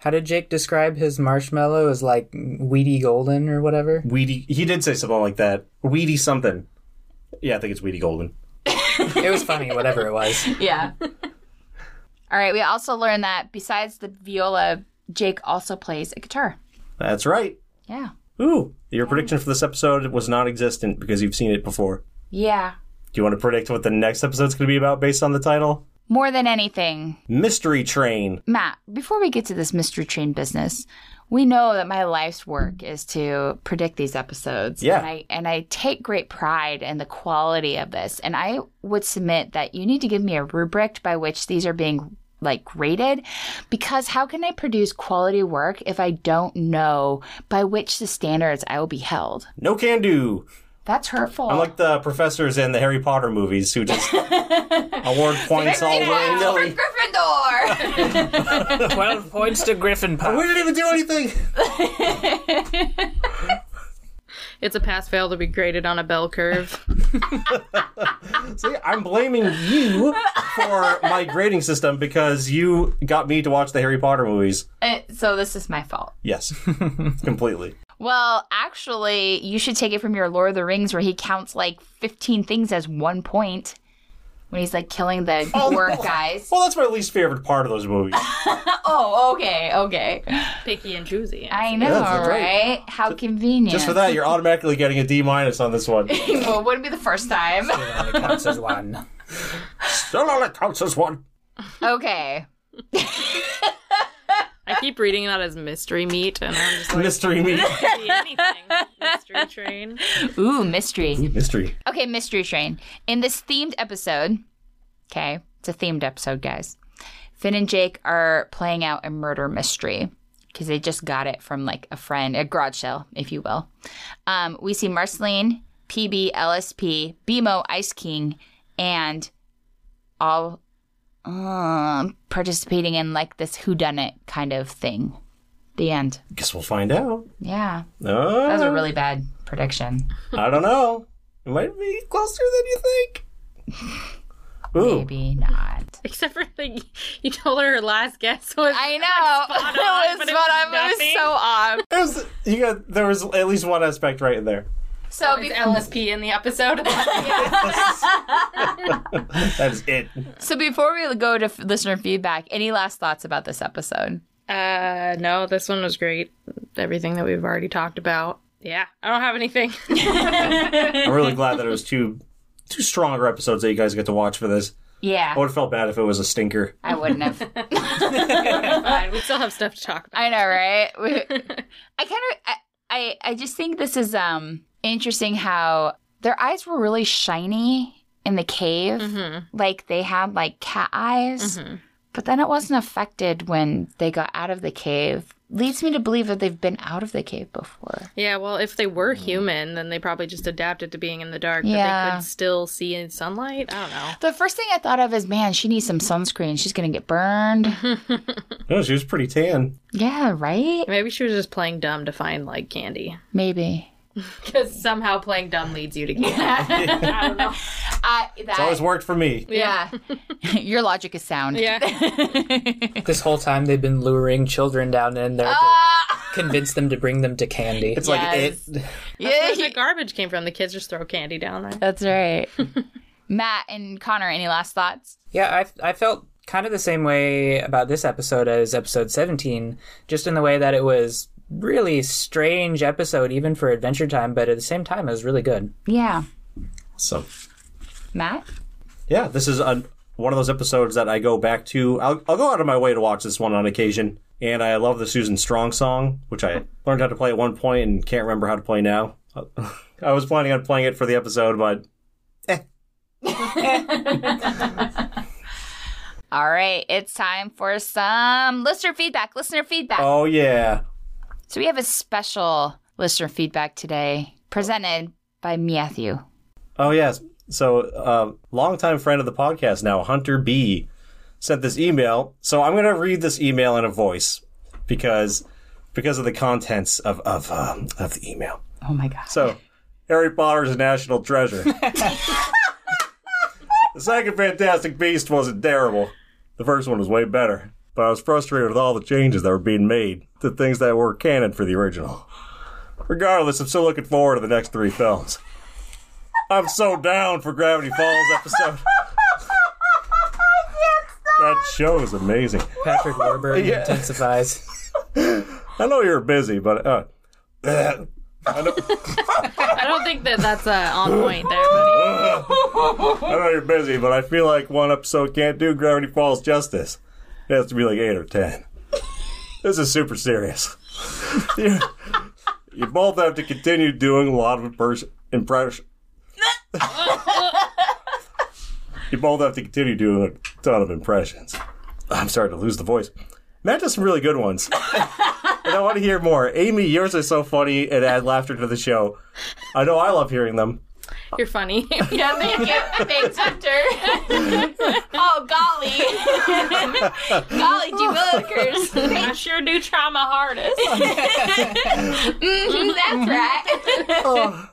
how did Jake describe his marshmallow as like weedy golden or whatever? Weedy. He did say something like that. Weedy something. Yeah, I think it's Weedy Golden. It was funny, whatever it [LAUGHS] was. [LAUGHS] Yeah. All right. We also learned that besides the viola, Jake also plays a guitar. That's right. Yeah. Ooh. Your prediction for this episode was non existent because you've seen it before. Yeah. Do you want to predict what the next episode's going to be about based on the title? More than anything, Mystery Train. Matt, before we get to this mystery train business, we know that my life's work is to predict these episodes. Yeah. And I, and I take great pride in the quality of this. And I would submit that you need to give me a rubric by which these are being like rated because how can I produce quality work if I don't know by which the standards I will be held? No can do. That's hurtful. Unlike the professors in the Harry Potter movies [LAUGHS] who just award points all willy nilly. Gryffindor. [LAUGHS] Twelve points to Griffin We didn't even do anything. It's a pass fail to be graded on a bell curve. See, I'm blaming you for my grading system because you got me to watch the Harry Potter movies. Uh, so this is my fault. [LAUGHS] Yes, completely. Well, actually, you should take it from your Lord of the Rings where he counts like 15 things as one point. when he's like killing [LAUGHS] the work guys. Well, that's my least favorite part of those movies. Oh, okay, okay. Picky and choosy. I know, that's right. right? How convenient. Just for that, you're automatically getting a D minus on this one. well, [LAUGHS] it wouldn't be the first time. It only counts as one. [LAUGHS] Still only counts as one. okay. I keep reading that as mystery meat, and I'm just like, Mystery meat. could be anything. Mystery train. Ooh, mystery. Mystery. Okay, mystery train. In this themed episode, okay, it's a themed episode, guys. Finn and Jake are playing out a murder mystery because they just got it from like a friend, a garage sale, if you will. Um, we see Marceline, PB, LSP, BMO, Ice King, and all um, participating in like this whodunit kind of thing. The end. Guess we'll find out. Yeah, that was Uh, a really bad prediction. I don't know. It might be closer than you think. Ooh. [LAUGHS] Maybe not. Except for like, you told her her last guess was. I know. spot [LAUGHS] it on, was but it spot was on, but it was nothing. so [LAUGHS] off. It was, you got there was at least one aspect right in there. So Is be- LSP in the episode? That is it. so before we go to f- listener feedback, any last thoughts about this episode? uh, no, this one was great. Everything that we've already talked about. Yeah, I don't have anything. I'm really glad that it was two two stronger episodes that you guys get to watch for this. Yeah, I would have felt bad if it was a stinker. I wouldn't have. Fine, [LAUGHS] we still have stuff to talk [LAUGHS] about. I know, right? [LAUGHS] We- [LAUGHS] I kind of, I, I, I just think this is um interesting how their eyes were really shiny in the cave, Mm-hmm. like they had like cat eyes, but then it wasn't affected when they got out of the cave. Leads me to believe that they've been out of the cave before. Yeah, well, if they were human, then they probably just adapted to being in the dark, but Yeah. they could still see in sunlight. I don't know. The first thing I thought of is, man, she needs some sunscreen. She's gonna get burned. No, she was pretty tan. yeah, right? Maybe she was just playing dumb to find like candy. [LAUGHS] Maybe. Because somehow playing dumb leads you to candy. I that, It's always worked for me. yeah. [LAUGHS] Your logic is sound. yeah. This whole time they've been luring children down in there to convince them to bring them to candy. It's Yes. like it. Yeah, Where [LAUGHS] the garbage came from. The kids just throw candy down there. [LAUGHS] That's right. [LAUGHS] Matt and Connor, any last thoughts? Yeah, I, I felt kind of the same way about this episode as episode 17, just in the way that it was really strange episode even for adventure time but at the same time it was really good Yeah. So Matt? yeah, this is an one of those episodes that I go back to. I'll, I'll go out of my way to watch this one on occasion. And I love the Susan Strong song, which I learned how to play at one point and can't remember how to play now. [LAUGHS] I was planning on playing it for the episode, but All right, it's time for some listener feedback. Listener feedback. oh yeah. So we have a special listener feedback today presented by Matthew. Oh yes. So, uh, longtime friend of the podcast now, Hunter B, sent this email. So I'm going to read this email in a voice because because of the contents of of um, of the email. Oh my gosh. So, Harry Potter is a [LAUGHS] national treasure. the second Fantastic Beast wasn't terrible. The first one was way better, but I was frustrated with all the changes that were being made to things that were canon for the original. Regardless, I'm still looking forward to the next three films. I'm so down for Gravity Falls episode. That show is amazing. patrick warburton [LAUGHS] Yeah. intensifies I know you're busy, but uh, [CLEARS THROAT] I know. I don't think that that's uh, on point there, buddy. I know you're busy, but I feel like one episode can't do Gravity Falls justice. It has to be like eight or ten. This is super serious. [LAUGHS] you, you both have to continue doing a lot of impression. impression. [LAUGHS] you both have to continue doing a ton of impressions. I'm starting to lose the voice. Matt does some really good ones. and I want to hear more. Amy, yours are so funny and add laughter to the show. I know I love hearing them. You're funny. [LAUGHS] Yeah, thank you. Thanks, Hunter. oh, golly. golly, Jewelkers. I sure do try my hardest. That's right. Oh,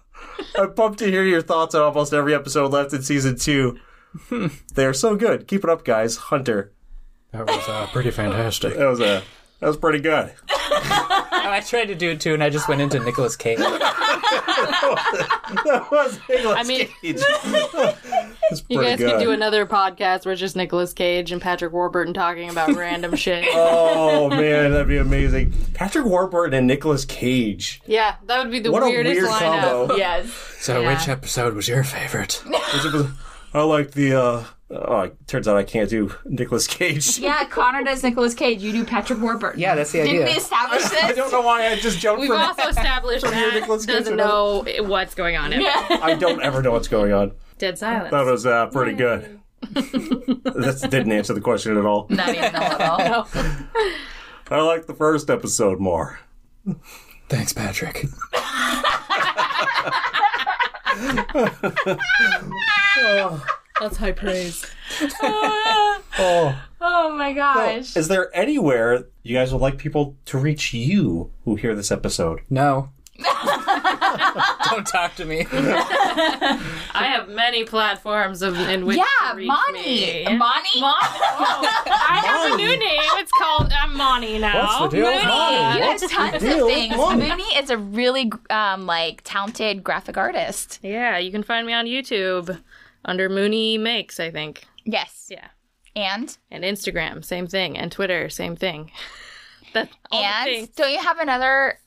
I'm pumped to hear your thoughts on almost every episode left in season [LAUGHS] two. they are so good. Keep it up, guys. Hunter. That was uh, [LAUGHS] pretty fantastic. That was a that was pretty good. Oh, I tried to do it too, and I just went into Nicolas Cage. [LAUGHS] That was Nicolas [LAUGHS] I mean- Cage. It's pretty You guys good. could do another podcast where it's just Nicolas Cage and Patrick Warburton talking [LAUGHS] about random shit. Oh man, that'd be amazing. Patrick Warburton and Nicolas Cage. Yeah, that would be the What a weirdest weird lineup. combo. Yes. So, which episode was your [LAUGHS] favorite? Which was- I like the. uh Oh, it turns out I can't do Nicolas Cage. Yeah, Connor does Nicolas Cage. You do Patrick Warburton. Yeah, that's the Didn't we idea. establish [LAUGHS] I [LAUGHS] this? don't know why I just jumped We've from. also established Matt Nicolas Cage doesn't and know Oh, what's going on. Yeah. I don't ever know what's going on. Dead silence. That was uh, pretty good. that didn't answer the question at all. Not even a little. I like the first episode more. Thanks, Patrick. That's high praise. Oh, Oh my gosh. is there anywhere you guys would like people to reach you who hear this episode? No. Don't talk to me. I have many platforms of in which Yeah, to reach Monty. me. Monty? I have a new name. It's called I'm Monty now. What's Oh, the deal? You Hi. have tons of things. Mooney is a really um, like talented graphic artist. Yeah, you can find me on YouTube under Mooney Makes, I think. Yes. Yeah. And And Instagram, same thing. And Twitter, same thing. That's all the and things. Um, don't you have another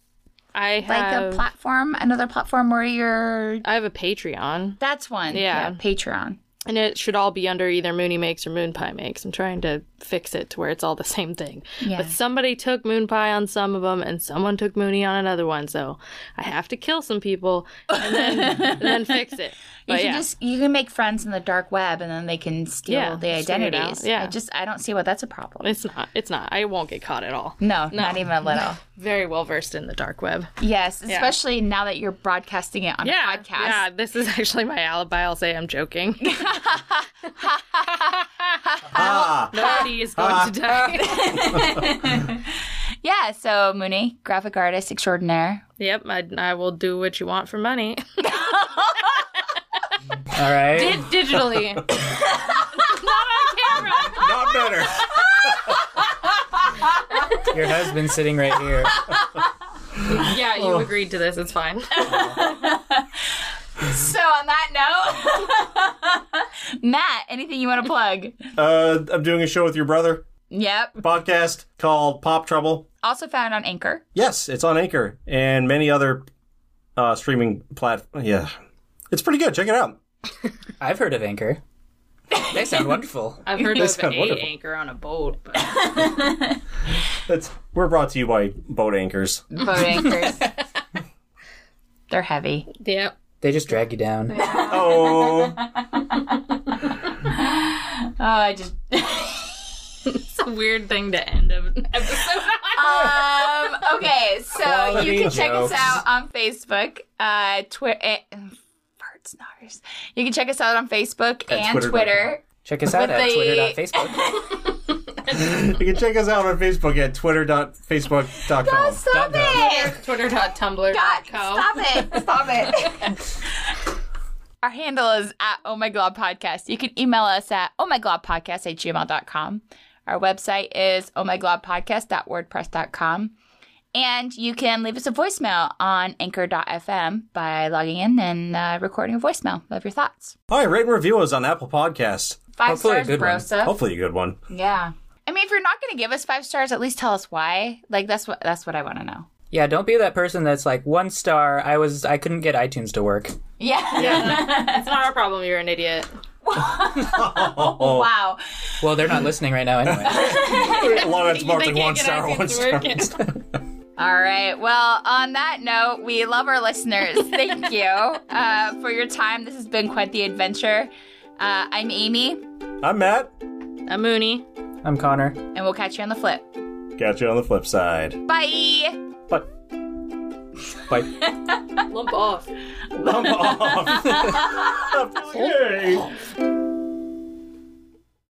I like have a platform, another platform where you're I have a Patreon. that's one. Yeah. Patreon. And it should all be under either Mooney Makes or Moon Pie Makes. I'm trying to fix it to where it's all the same thing. Yeah. But somebody took Moon Pie on some of them, and someone took Mooney on another one. So I have to kill some people and then, and then fix it. You But can yeah. just you can make friends in the dark web and then they can steal Yeah, the figure it out. identities. Yeah. I just I don't see why that's a problem. It's not. It's not. I won't get caught at all. No, not even a little. Very well versed in the dark web. Yes, especially now that you're broadcasting it on Yeah. a podcast. Yeah. This is [LAUGHS] actually my alibi. I'll say I'm [LAUGHS] joking. Ah, Nobody is going [LAUGHS] to die. Yeah, so Mooney, graphic artist extraordinaire. yep. I, I will do what you want for money. [LAUGHS] All right. Digitally. not on camera. not [LAUGHS] better. Your husband's sitting right here. Yeah, you agreed to this. It's [LAUGHS] fine. So on that note, [LAUGHS] Matt, anything you want to plug? Uh, I'm doing a show with your brother Yep. podcast called Pop Trouble. Also found on Anchor. Yes, it's on Anchor and many other uh, streaming platforms. Yeah, it's pretty good. Check it out. I've heard of Anchor. They sound wonderful. I've heard This of sounds a wonderful. anchor on a boat, but It's, we're brought to you by Boat Anchors. Boat anchors. [LAUGHS] They're heavy. yep. They just drag you down. Oh, Oh, I just It's a weird thing to end an episode on. Um, okay, so Quality you can check us jokes. out on Facebook, uh, Twitter, eh, farts, nodders. You can check us out on Facebook and Twitter. Twitter. Check us out With at the- twitter.facebook. you can check us out on Facebook at twitter.facebook.com. Stop Dot it! God, Twitter.tumblr.co. stop [LAUGHS] it! Stop it! [LAUGHS] Our handle is at Oh My Glob Podcast. You can email us at Oh My Glob Podcast at gmail.com. Our website is Oh My Glob Podcast.wordpress.com. And you can leave us a voicemail on anchor.fm by logging in and uh, recording a voicemail of your thoughts. Hi, rate and review us on Apple Podcasts. Five Hopefully a stars, good bro one. stuff. Hopefully, a good one. Yeah. I mean, if you're not going to give us five stars, at least tell us why. Like that's what that's what I want to know. Yeah, don't be that person that's like one star. I was I couldn't get iTunes to work. Yeah. It's not our problem. You're an idiot. [LAUGHS] [LAUGHS] Oh, wow. Well, they're not listening right now anyway. a lot of it's more They than can't one get star, iTunes one to star. work. one star. All right. Well, on that note, we love our listeners. Thank you uh, for your time. This has been quite the adventure. Uh, I'm Amy, [LAUGHS] I'm Matt. A Mooney. I'm Connor. and we'll catch you on the flip. Catch you on the flip side. Bye. Bye. Bye. Lump off. [LAUGHS] Lump off. okay.